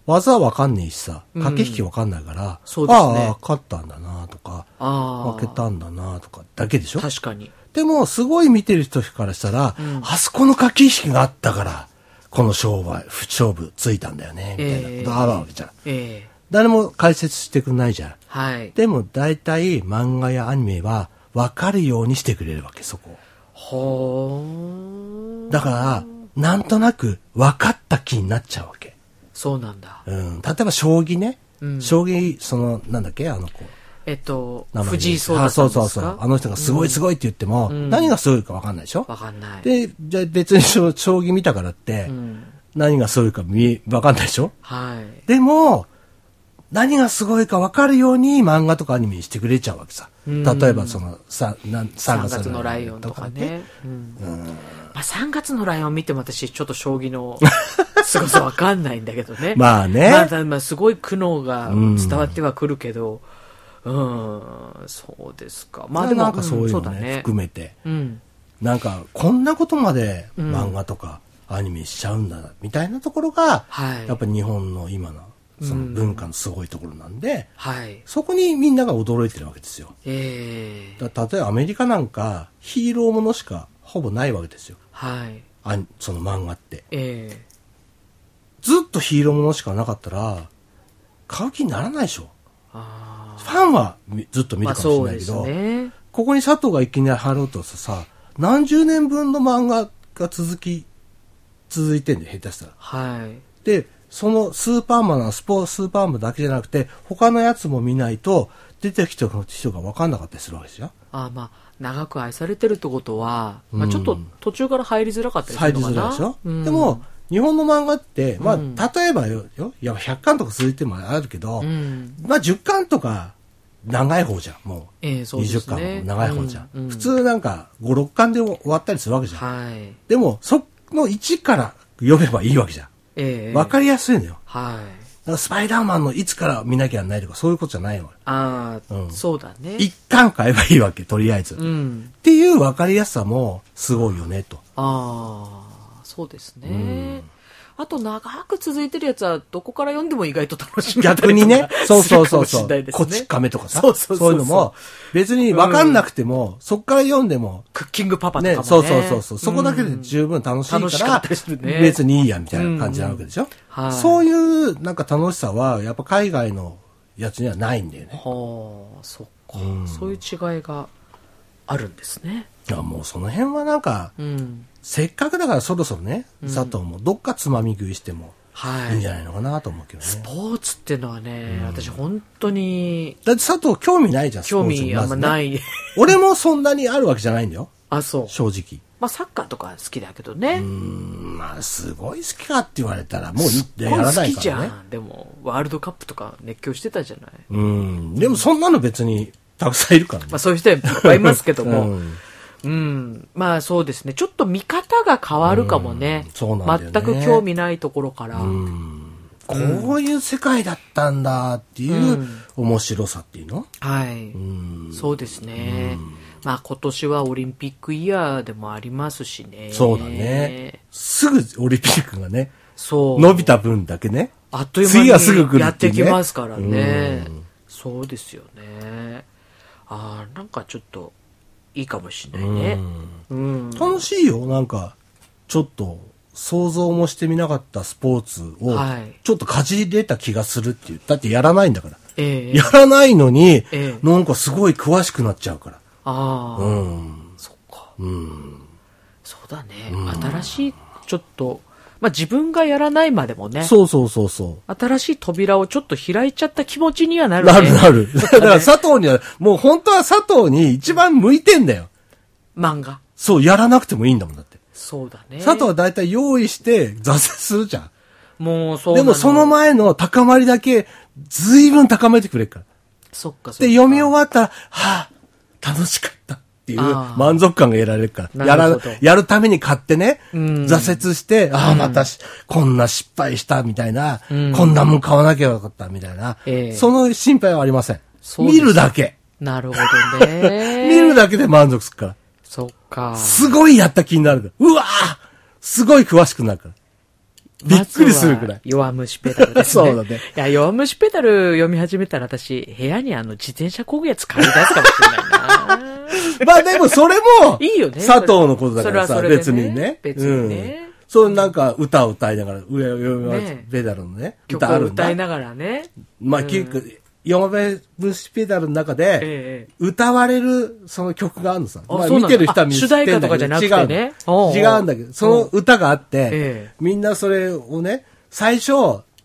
Speaker 1: 技はわかんねえしさ、駆け引きわかんないから、
Speaker 2: そうですね
Speaker 1: ああ、勝ったんだなとか、
Speaker 2: ああ。
Speaker 1: 負けたんだなとかだけでしょ
Speaker 2: 確かに。
Speaker 1: でも、すごい見てる人からしたら、あそこの駆け引きがあったから、この勝負、不勝負ついたんだよね、みたいなことがあるわけじゃん。
Speaker 2: ええ
Speaker 1: 誰も解説してくれないじゃん。
Speaker 2: はい。
Speaker 1: でも、大体漫画やアニメは分かるようにしてくれるわけ、そこ。
Speaker 2: ほーん。
Speaker 1: だから、なんとなく分かった気になっちゃうわけ。
Speaker 2: そうなんだ。
Speaker 1: うん。例えば、将棋ね。
Speaker 2: うん
Speaker 1: 将棋、その、なんだっけあの子。
Speaker 2: えっと、
Speaker 1: 名前
Speaker 2: 藤井聡太
Speaker 1: あ
Speaker 2: さん
Speaker 1: そ
Speaker 2: で
Speaker 1: う
Speaker 2: すか。
Speaker 1: そうそう。あの人がすごいすごいって言っても、
Speaker 2: ん
Speaker 1: 何がすごいか分かんないでしょ
Speaker 2: わかんない。
Speaker 1: で、じゃあ別に将将棋見たからって、
Speaker 2: うん。
Speaker 1: 何がすごいか見、わかんないでしょ
Speaker 2: はい。
Speaker 1: でも、何がすごいかわかるように漫画とかアニメにしてくれちゃうわけさ。
Speaker 2: ん
Speaker 1: 例えばその、さ、なん、3
Speaker 2: 3月のライオンとかね。うんまあ、3月のライオン見ても私ちょっと将棋
Speaker 1: (laughs)
Speaker 2: の凄さわかんないんだけどね。
Speaker 1: まあね
Speaker 2: まあ、まあすごい苦悩が伝わってはくるけど、うん、そうですか。ま
Speaker 1: ま
Speaker 2: あ
Speaker 1: あ
Speaker 2: で
Speaker 1: で
Speaker 2: も、
Speaker 1: もなんかそういう
Speaker 2: うん
Speaker 1: の
Speaker 2: だ
Speaker 1: ね、
Speaker 2: ね。
Speaker 1: 含めて。
Speaker 2: うん。
Speaker 1: なんか、こんなことまで漫画とかアニメにしちゃうんだな、みたいなところが、
Speaker 2: はい
Speaker 1: やっぱ日本の今の、その文化のすごいところなんで、
Speaker 2: はい。
Speaker 1: そこにみんなが驚いてるわけですよ。
Speaker 2: ええ
Speaker 1: だ例えばアメリカなんかヒーローものしかほぼないわけですよ。
Speaker 2: はい。
Speaker 1: あんその漫画って。
Speaker 2: ええ
Speaker 1: ずっとヒーローものしかなかったら、買う気にならないでしょ。
Speaker 2: あ
Speaker 1: ファンはみずっと
Speaker 2: あ。
Speaker 1: 見
Speaker 2: ま
Speaker 1: る
Speaker 2: あ
Speaker 1: かもしれ
Speaker 2: そう
Speaker 1: ない
Speaker 2: で
Speaker 1: け
Speaker 2: す
Speaker 1: ど、
Speaker 2: ね。
Speaker 1: ここに佐藤がいきなり貼ろうとさ、何十年分の漫画が続き、続いてんで、下手したら。
Speaker 2: はい。
Speaker 1: で、そのスーパーマンはスポースーパーマンだけじゃなくて、他のやつも見ないと、出てきた人が分かんなかったりするわけですよ。
Speaker 2: ああまあ、長く愛されてるってことは、まあ、
Speaker 1: うん
Speaker 2: ちょっと途中から入りづらかったりす
Speaker 1: 入
Speaker 2: る
Speaker 1: り
Speaker 2: のか
Speaker 1: づ
Speaker 2: な
Speaker 1: らいでしょ、
Speaker 2: うん
Speaker 1: でも、日本の漫画って、まあ、
Speaker 2: うん
Speaker 1: 例えばよ、よ、いや、100巻とか続いてもあるけど、
Speaker 2: うん、
Speaker 1: まあ、10巻とか、長い方じゃん、もう。
Speaker 2: ええそうですね
Speaker 1: 20巻も長い方じゃん。
Speaker 2: うんうん
Speaker 1: 普通なんか、5、6巻で終わったりするわけじゃん。
Speaker 2: はい。
Speaker 1: でも、その1から読めばいいわけじゃん。
Speaker 2: ええ
Speaker 1: わかりやすいのよ。だか
Speaker 2: はい。
Speaker 1: らスパイダーマンのいつから見なきゃいけないとか、そういうことじゃないわ。
Speaker 2: ああ、
Speaker 1: うん
Speaker 2: そうだね。
Speaker 1: 1巻買えばいいわけ、とりあえず。
Speaker 2: う
Speaker 1: っ
Speaker 2: ん。
Speaker 1: ていうわかりやすさも、すごいよ
Speaker 2: (laughs)
Speaker 1: ね、と。
Speaker 2: ああ、そうですね。あと、長く続いてるやつは、どこから読んでも意外と楽しみだった
Speaker 1: 逆
Speaker 2: りと
Speaker 1: に
Speaker 2: か、
Speaker 1: ね
Speaker 2: (laughs)
Speaker 1: そうそうそう
Speaker 2: するかもしれ
Speaker 1: そ、
Speaker 2: ないうです
Speaker 1: こ
Speaker 2: ね
Speaker 1: ち亀とかさ、
Speaker 2: そうそうそうそう
Speaker 1: いうのも、別に分かんなくても、そっから読んでも、
Speaker 2: クッキングパパとかも
Speaker 1: ね
Speaker 2: ね。
Speaker 1: そうそうそうそう、そこだけで十分楽しいか
Speaker 2: うん楽しからったりするね、
Speaker 1: 別にいいやみたいな感じなわけでしょ
Speaker 2: うんはい。
Speaker 1: そういうなんか楽しさは、やっぱ海外のやつにはないんだよね。
Speaker 2: はあ、そっか、そういう違いがあるんですね。
Speaker 1: いや、もうその辺はなんか、
Speaker 2: うん。
Speaker 1: せっかくだからそろそろね、佐藤もどっかつまみ食いしても
Speaker 2: はい。
Speaker 1: いいんじゃないのかなと思うけど
Speaker 2: ス
Speaker 1: ね。
Speaker 2: ポーツっていうのはね、私本当に
Speaker 1: だって佐藤興味ないじゃん、。
Speaker 2: 興味あんまないい。 (laughs)
Speaker 1: 俺もそんなにあるわけじゃないんだよ、
Speaker 2: あ、そう。
Speaker 1: 正直。
Speaker 2: まあサッカーとか好きだけどね。
Speaker 1: まあ、すごい好きかって言われたら、もういや
Speaker 2: これ
Speaker 1: らな
Speaker 2: 好
Speaker 1: い
Speaker 2: きじ
Speaker 1: から
Speaker 2: ゃ
Speaker 1: ね。
Speaker 2: ん。でも、ワールドカップとか熱狂してたじゃない。
Speaker 1: うん。でも、そんなの別に、たくさんいるからね
Speaker 2: まあ。そういう人はいっぱいいますけども。
Speaker 1: (laughs) う
Speaker 2: うん
Speaker 1: ん
Speaker 2: まあそうですね。ちょっと見方が変わるかもね。
Speaker 1: うんそうなんだよね
Speaker 2: 全く興味ないところから。
Speaker 1: うん。こういう世界だったんだっていううん面白さっていうの、
Speaker 2: はい。
Speaker 1: うん
Speaker 2: そうですね。まあ今年はオリンピックイヤーでもありますしね。
Speaker 1: そうだね。。すぐオリンピックがね、
Speaker 2: そう。
Speaker 1: 伸びた分だけね。
Speaker 2: あっという
Speaker 1: 次
Speaker 2: 間
Speaker 1: はすぐ来るっていう
Speaker 2: に
Speaker 1: ね
Speaker 2: やってきますからね。そうですよね。ああ、なんかちょっといいかもしれないね。うん。
Speaker 1: 楽しいよ、なんか、ちょっと、想像もしてみなかったスポーツを
Speaker 2: はい、
Speaker 1: ちょっとかじれた気がするっていう。だってやらないんだから。
Speaker 2: ええ
Speaker 1: やらないのに
Speaker 2: ええ、
Speaker 1: なんかすごい詳しくなっちゃうから。
Speaker 2: ああ、
Speaker 1: うん。
Speaker 2: そっか。
Speaker 1: うん。
Speaker 2: そうだね。新しい、ちょっと、まあ自分がやらないまでもね。
Speaker 1: そうそうそうそ
Speaker 2: 新しい扉をちょっと開いちゃった気持ちにはな
Speaker 1: う。
Speaker 2: るね。
Speaker 1: なるな
Speaker 2: (laughs)
Speaker 1: る。だから佐藤には、もう本当は佐藤に一番向いてんだよ。
Speaker 2: 漫画。
Speaker 1: そう、やらなくてもいいんだもんだって。
Speaker 2: そうだね。
Speaker 1: 佐藤は大体用意して挫折するじゃん。
Speaker 2: もうそうな
Speaker 1: でもその前の高まりだけ、ずいぶん高めてくれるから。
Speaker 2: そっかそっか。
Speaker 1: で、読み終わったら、はぁ、楽しかったっていう
Speaker 2: あー
Speaker 1: 満足感が得られるから。や
Speaker 2: なる
Speaker 1: ら
Speaker 2: ほど、
Speaker 1: やるために買ってね、
Speaker 2: うん
Speaker 1: 挫折して、ああ、またし、こんな失敗したみたいな、
Speaker 2: ん
Speaker 1: こんなもん買わなきゃよかったみたいな、
Speaker 2: ええ
Speaker 1: その心配はありません。
Speaker 2: そうです
Speaker 1: 見るだけ。
Speaker 2: なるほどね。
Speaker 1: (laughs) 見るだけで満足するから。
Speaker 2: そっか。
Speaker 1: すごいやった気になるから。うわぁすごい詳しくなるから。びっくりするくらい
Speaker 2: まずは弱虫ペダルですね。
Speaker 1: そうだね。
Speaker 2: いや、弱虫ペダル読み始めたら私、部屋にあの自転車工芸使い出すかもしれない
Speaker 1: (laughs)
Speaker 2: な。、
Speaker 1: まあでもそれも
Speaker 2: いいよね
Speaker 1: 佐藤のことだからさ、
Speaker 2: それはそ
Speaker 1: 別
Speaker 2: れで
Speaker 1: に
Speaker 2: ね
Speaker 1: ね。
Speaker 2: 別にね
Speaker 1: うん。そうなんか歌を歌いながら、うやうやうや
Speaker 2: ねえ
Speaker 1: ペダルのね、
Speaker 2: 曲
Speaker 1: 歌あ
Speaker 2: を
Speaker 1: るんだ
Speaker 2: 歌い。ながらね。
Speaker 1: まあ結構、ヨマベブシペダルの中で、
Speaker 2: ええ。
Speaker 1: 歌われるその曲があるのさ。
Speaker 2: あ
Speaker 1: まあ
Speaker 2: そうな
Speaker 1: 見
Speaker 2: の
Speaker 1: てる人は見てるんだけど
Speaker 2: あ主題歌とかじゃなくてね
Speaker 1: 違う
Speaker 2: おうお
Speaker 1: の
Speaker 2: う
Speaker 1: 違うんだけど、その歌があって
Speaker 2: ええ、
Speaker 1: みんなそれをね、最初、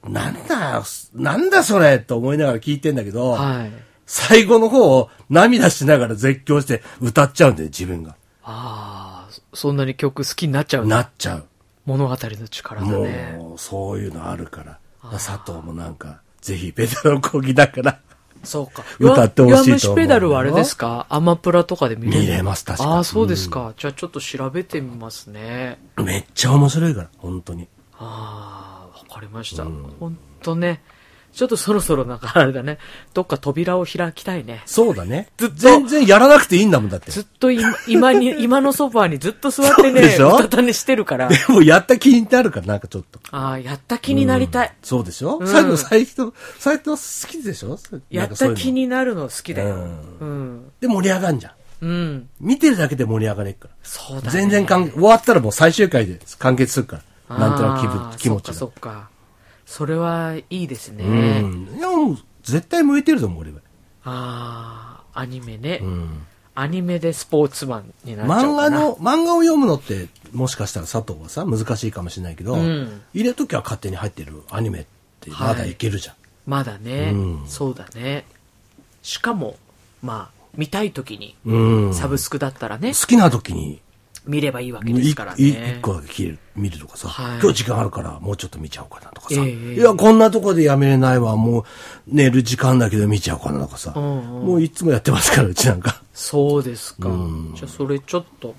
Speaker 1: なんだ、なんだそれと思いながら聞いてんだけど、
Speaker 2: はい。
Speaker 1: 最後の方を涙しながら絶叫して歌っちゃうんだよ、自分が。
Speaker 2: ああ、そそんなに曲好きになっちゃう
Speaker 1: なっちゃう。
Speaker 2: 物語の力だね。
Speaker 1: もう、そういうのあるから。佐藤もなんか、ぜひベタの講義だから、
Speaker 2: そうか。
Speaker 1: 歌ってほしいと思う
Speaker 2: 弱虫ペダルはあれですかアマプラとかで見れる
Speaker 1: 見れます確か
Speaker 2: ああ、そうですか。じゃあちょっと調べてみますね。
Speaker 1: めっちゃ面白いから、本当に。
Speaker 2: ああ、わかりました。ほんとね。ちょっとそろそろなんかあれだね。どっか扉を開きたいね。
Speaker 1: そうだね。
Speaker 2: ずっと
Speaker 1: 全然やらなくていいんだもんだって。
Speaker 2: ずっと今、今に、今のソファーにずっと座ってね、
Speaker 1: そうでしょ
Speaker 2: うたた寝してるから。
Speaker 1: でもやった気になるから、なんかちょっと。
Speaker 2: ああ、やった気になりたい。
Speaker 1: そうでしょ
Speaker 2: うん
Speaker 1: 最後、最近、最近好きでしょ
Speaker 2: やった気。
Speaker 1: なんかそういうの
Speaker 2: になるの好きだよ。う
Speaker 1: う
Speaker 2: ん。
Speaker 1: で、盛り上がんじゃん。
Speaker 2: うん。
Speaker 1: 見てるだけで盛り上がれるから。
Speaker 2: そうだね。
Speaker 1: 全然完、終わったらもう最終回で完結するから。なんとなく気
Speaker 2: あ
Speaker 1: 分
Speaker 2: ー
Speaker 1: 気持ちが。
Speaker 2: そっかそっか。それはいいですね。
Speaker 1: うん。いや、もう、絶対向いてると思う、俺は。
Speaker 2: ああ、アニメね、
Speaker 1: うん。
Speaker 2: アニメでスポーツマンになっちゃ
Speaker 1: 漫
Speaker 2: うか
Speaker 1: 画
Speaker 2: な。
Speaker 1: の、漫画を読むのって、もしかしたら佐藤はさ、難しいかもしれないけど、
Speaker 2: うん
Speaker 1: 入れときは勝手に入ってるアニメって、
Speaker 2: はい
Speaker 1: まだいけるじゃん。
Speaker 2: まだね、
Speaker 1: うん
Speaker 2: そうだね。しかも、まあ、見たい時に、
Speaker 1: うん。
Speaker 2: サ
Speaker 1: 好
Speaker 2: ブスクだったらね、
Speaker 1: きな時に、
Speaker 2: 見ればいいわけ
Speaker 1: い
Speaker 2: で
Speaker 1: い
Speaker 2: す
Speaker 1: 一
Speaker 2: からね。
Speaker 1: 個だけ切る見るとかさ、
Speaker 2: はい
Speaker 1: 今日時間あるからもうちょっと見ちゃおうかなとかさ、
Speaker 2: ええ
Speaker 1: いや、こんなとこでやめれないわ、もう寝る時間だけど見ちゃおうかなとかさ、
Speaker 2: うんうん
Speaker 1: もういつもやってますから、うちなんか。
Speaker 2: そうですか。
Speaker 1: うん
Speaker 2: じゃあ、それちょっと、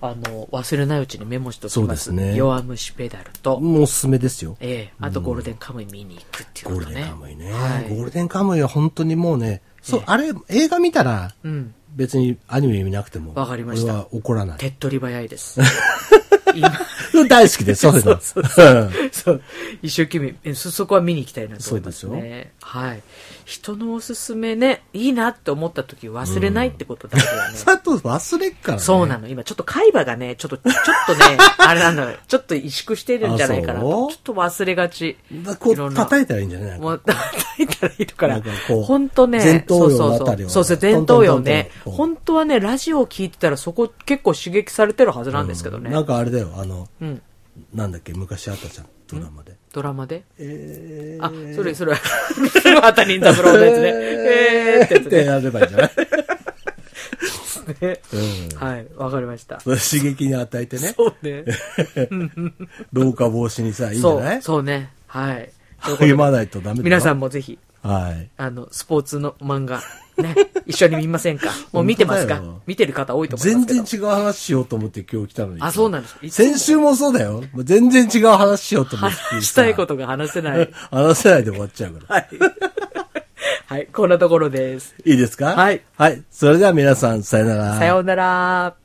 Speaker 2: あの、忘れないうちにメモしときます。
Speaker 1: そうですね
Speaker 2: 弱虫ペダルと、
Speaker 1: もうおすすめですよ。
Speaker 2: ええあとゴールデンカムイ見に行くっていう
Speaker 1: ゴ
Speaker 2: こ
Speaker 1: ー
Speaker 2: と
Speaker 1: ル
Speaker 2: ね。
Speaker 1: デンカムイね、
Speaker 2: はい
Speaker 1: ゴールデンカムイは本当にもうね、そう、
Speaker 2: ええ
Speaker 1: あれ、映画見たら、
Speaker 2: うん。
Speaker 1: 別にアニメ見なくても。
Speaker 2: わかりました
Speaker 1: 俺は怒らない。
Speaker 2: 手っ取り早い
Speaker 1: (laughs)
Speaker 2: です。今
Speaker 1: うん大好きです、そうい
Speaker 2: (laughs)
Speaker 1: うの。うん
Speaker 2: そう。一生懸命、えそ、そこは見に行きたいなと思います
Speaker 1: そう
Speaker 2: ね。はい。人のおすすめね、いいなって思った時忘れないってことだけ
Speaker 1: (laughs)
Speaker 2: だね。
Speaker 1: 佐藤忘れっからね。
Speaker 2: そうなの。今、ちょっと海馬がね、ちょっと、ちょっと
Speaker 1: (laughs)
Speaker 2: ね、あれなんだよ。ちょっと萎縮してるんじゃないかな
Speaker 1: あそ
Speaker 2: と。
Speaker 1: う
Speaker 2: ちょっと忘れがち。
Speaker 1: だこ
Speaker 2: いろん
Speaker 1: う、
Speaker 2: な
Speaker 1: 叩いたらいいんじゃない
Speaker 2: もう、叩いたらいいのか
Speaker 1: な
Speaker 2: ら
Speaker 1: んかこう。
Speaker 2: ほんとね。
Speaker 1: 前頭葉のあ
Speaker 2: そうそ
Speaker 1: た
Speaker 2: う
Speaker 1: り
Speaker 2: そ
Speaker 1: を
Speaker 2: う。そうそう、前頭葉ね。
Speaker 1: トントントントン
Speaker 2: 本当はね、ラジオを聞いてたらそこ結構刺激されてるはずなんですけど
Speaker 1: な
Speaker 2: ね。
Speaker 1: んかあれだよ、あの、
Speaker 2: うん。
Speaker 1: なんだっけ、昔あったじゃん、ドラマで。
Speaker 2: ドラマで
Speaker 1: え
Speaker 2: あ、それ、そ (laughs) れ、それは当たりんだ、それはですね。えーってや
Speaker 1: っ
Speaker 2: つ
Speaker 1: て
Speaker 2: ね
Speaker 1: やればいいんじゃない
Speaker 2: ね。
Speaker 1: うん
Speaker 2: はい、わかりました。
Speaker 1: 刺激に与えてね、
Speaker 2: そうね。
Speaker 1: 老化防止にさ、いいんじゃ
Speaker 2: そ
Speaker 1: な
Speaker 2: う、
Speaker 1: い
Speaker 2: そうね。はい。
Speaker 1: 励まないとダメだよ
Speaker 2: 皆さんもぜひ、
Speaker 1: はい。
Speaker 2: あの、スポーツの漫画。
Speaker 1: (laughs)
Speaker 2: ね。一緒に見ませんかもう見てます
Speaker 1: 本
Speaker 2: か
Speaker 1: 当だよ
Speaker 2: 見てる方多いと思いま
Speaker 1: 全
Speaker 2: すけど。
Speaker 1: 然違う話しようと思って今日来たのに。
Speaker 2: あ、そうなんです。いつも
Speaker 1: 先週もそうだよ。もう全然違う話しようと思ってさ。
Speaker 2: 話したいことが話せない。
Speaker 1: (laughs) 話せないで終わっちゃうから。
Speaker 2: はい。はい。こんなところです。
Speaker 1: いいですか
Speaker 2: はい。
Speaker 1: はい。それでは皆さん、さよなら。
Speaker 2: さようなら。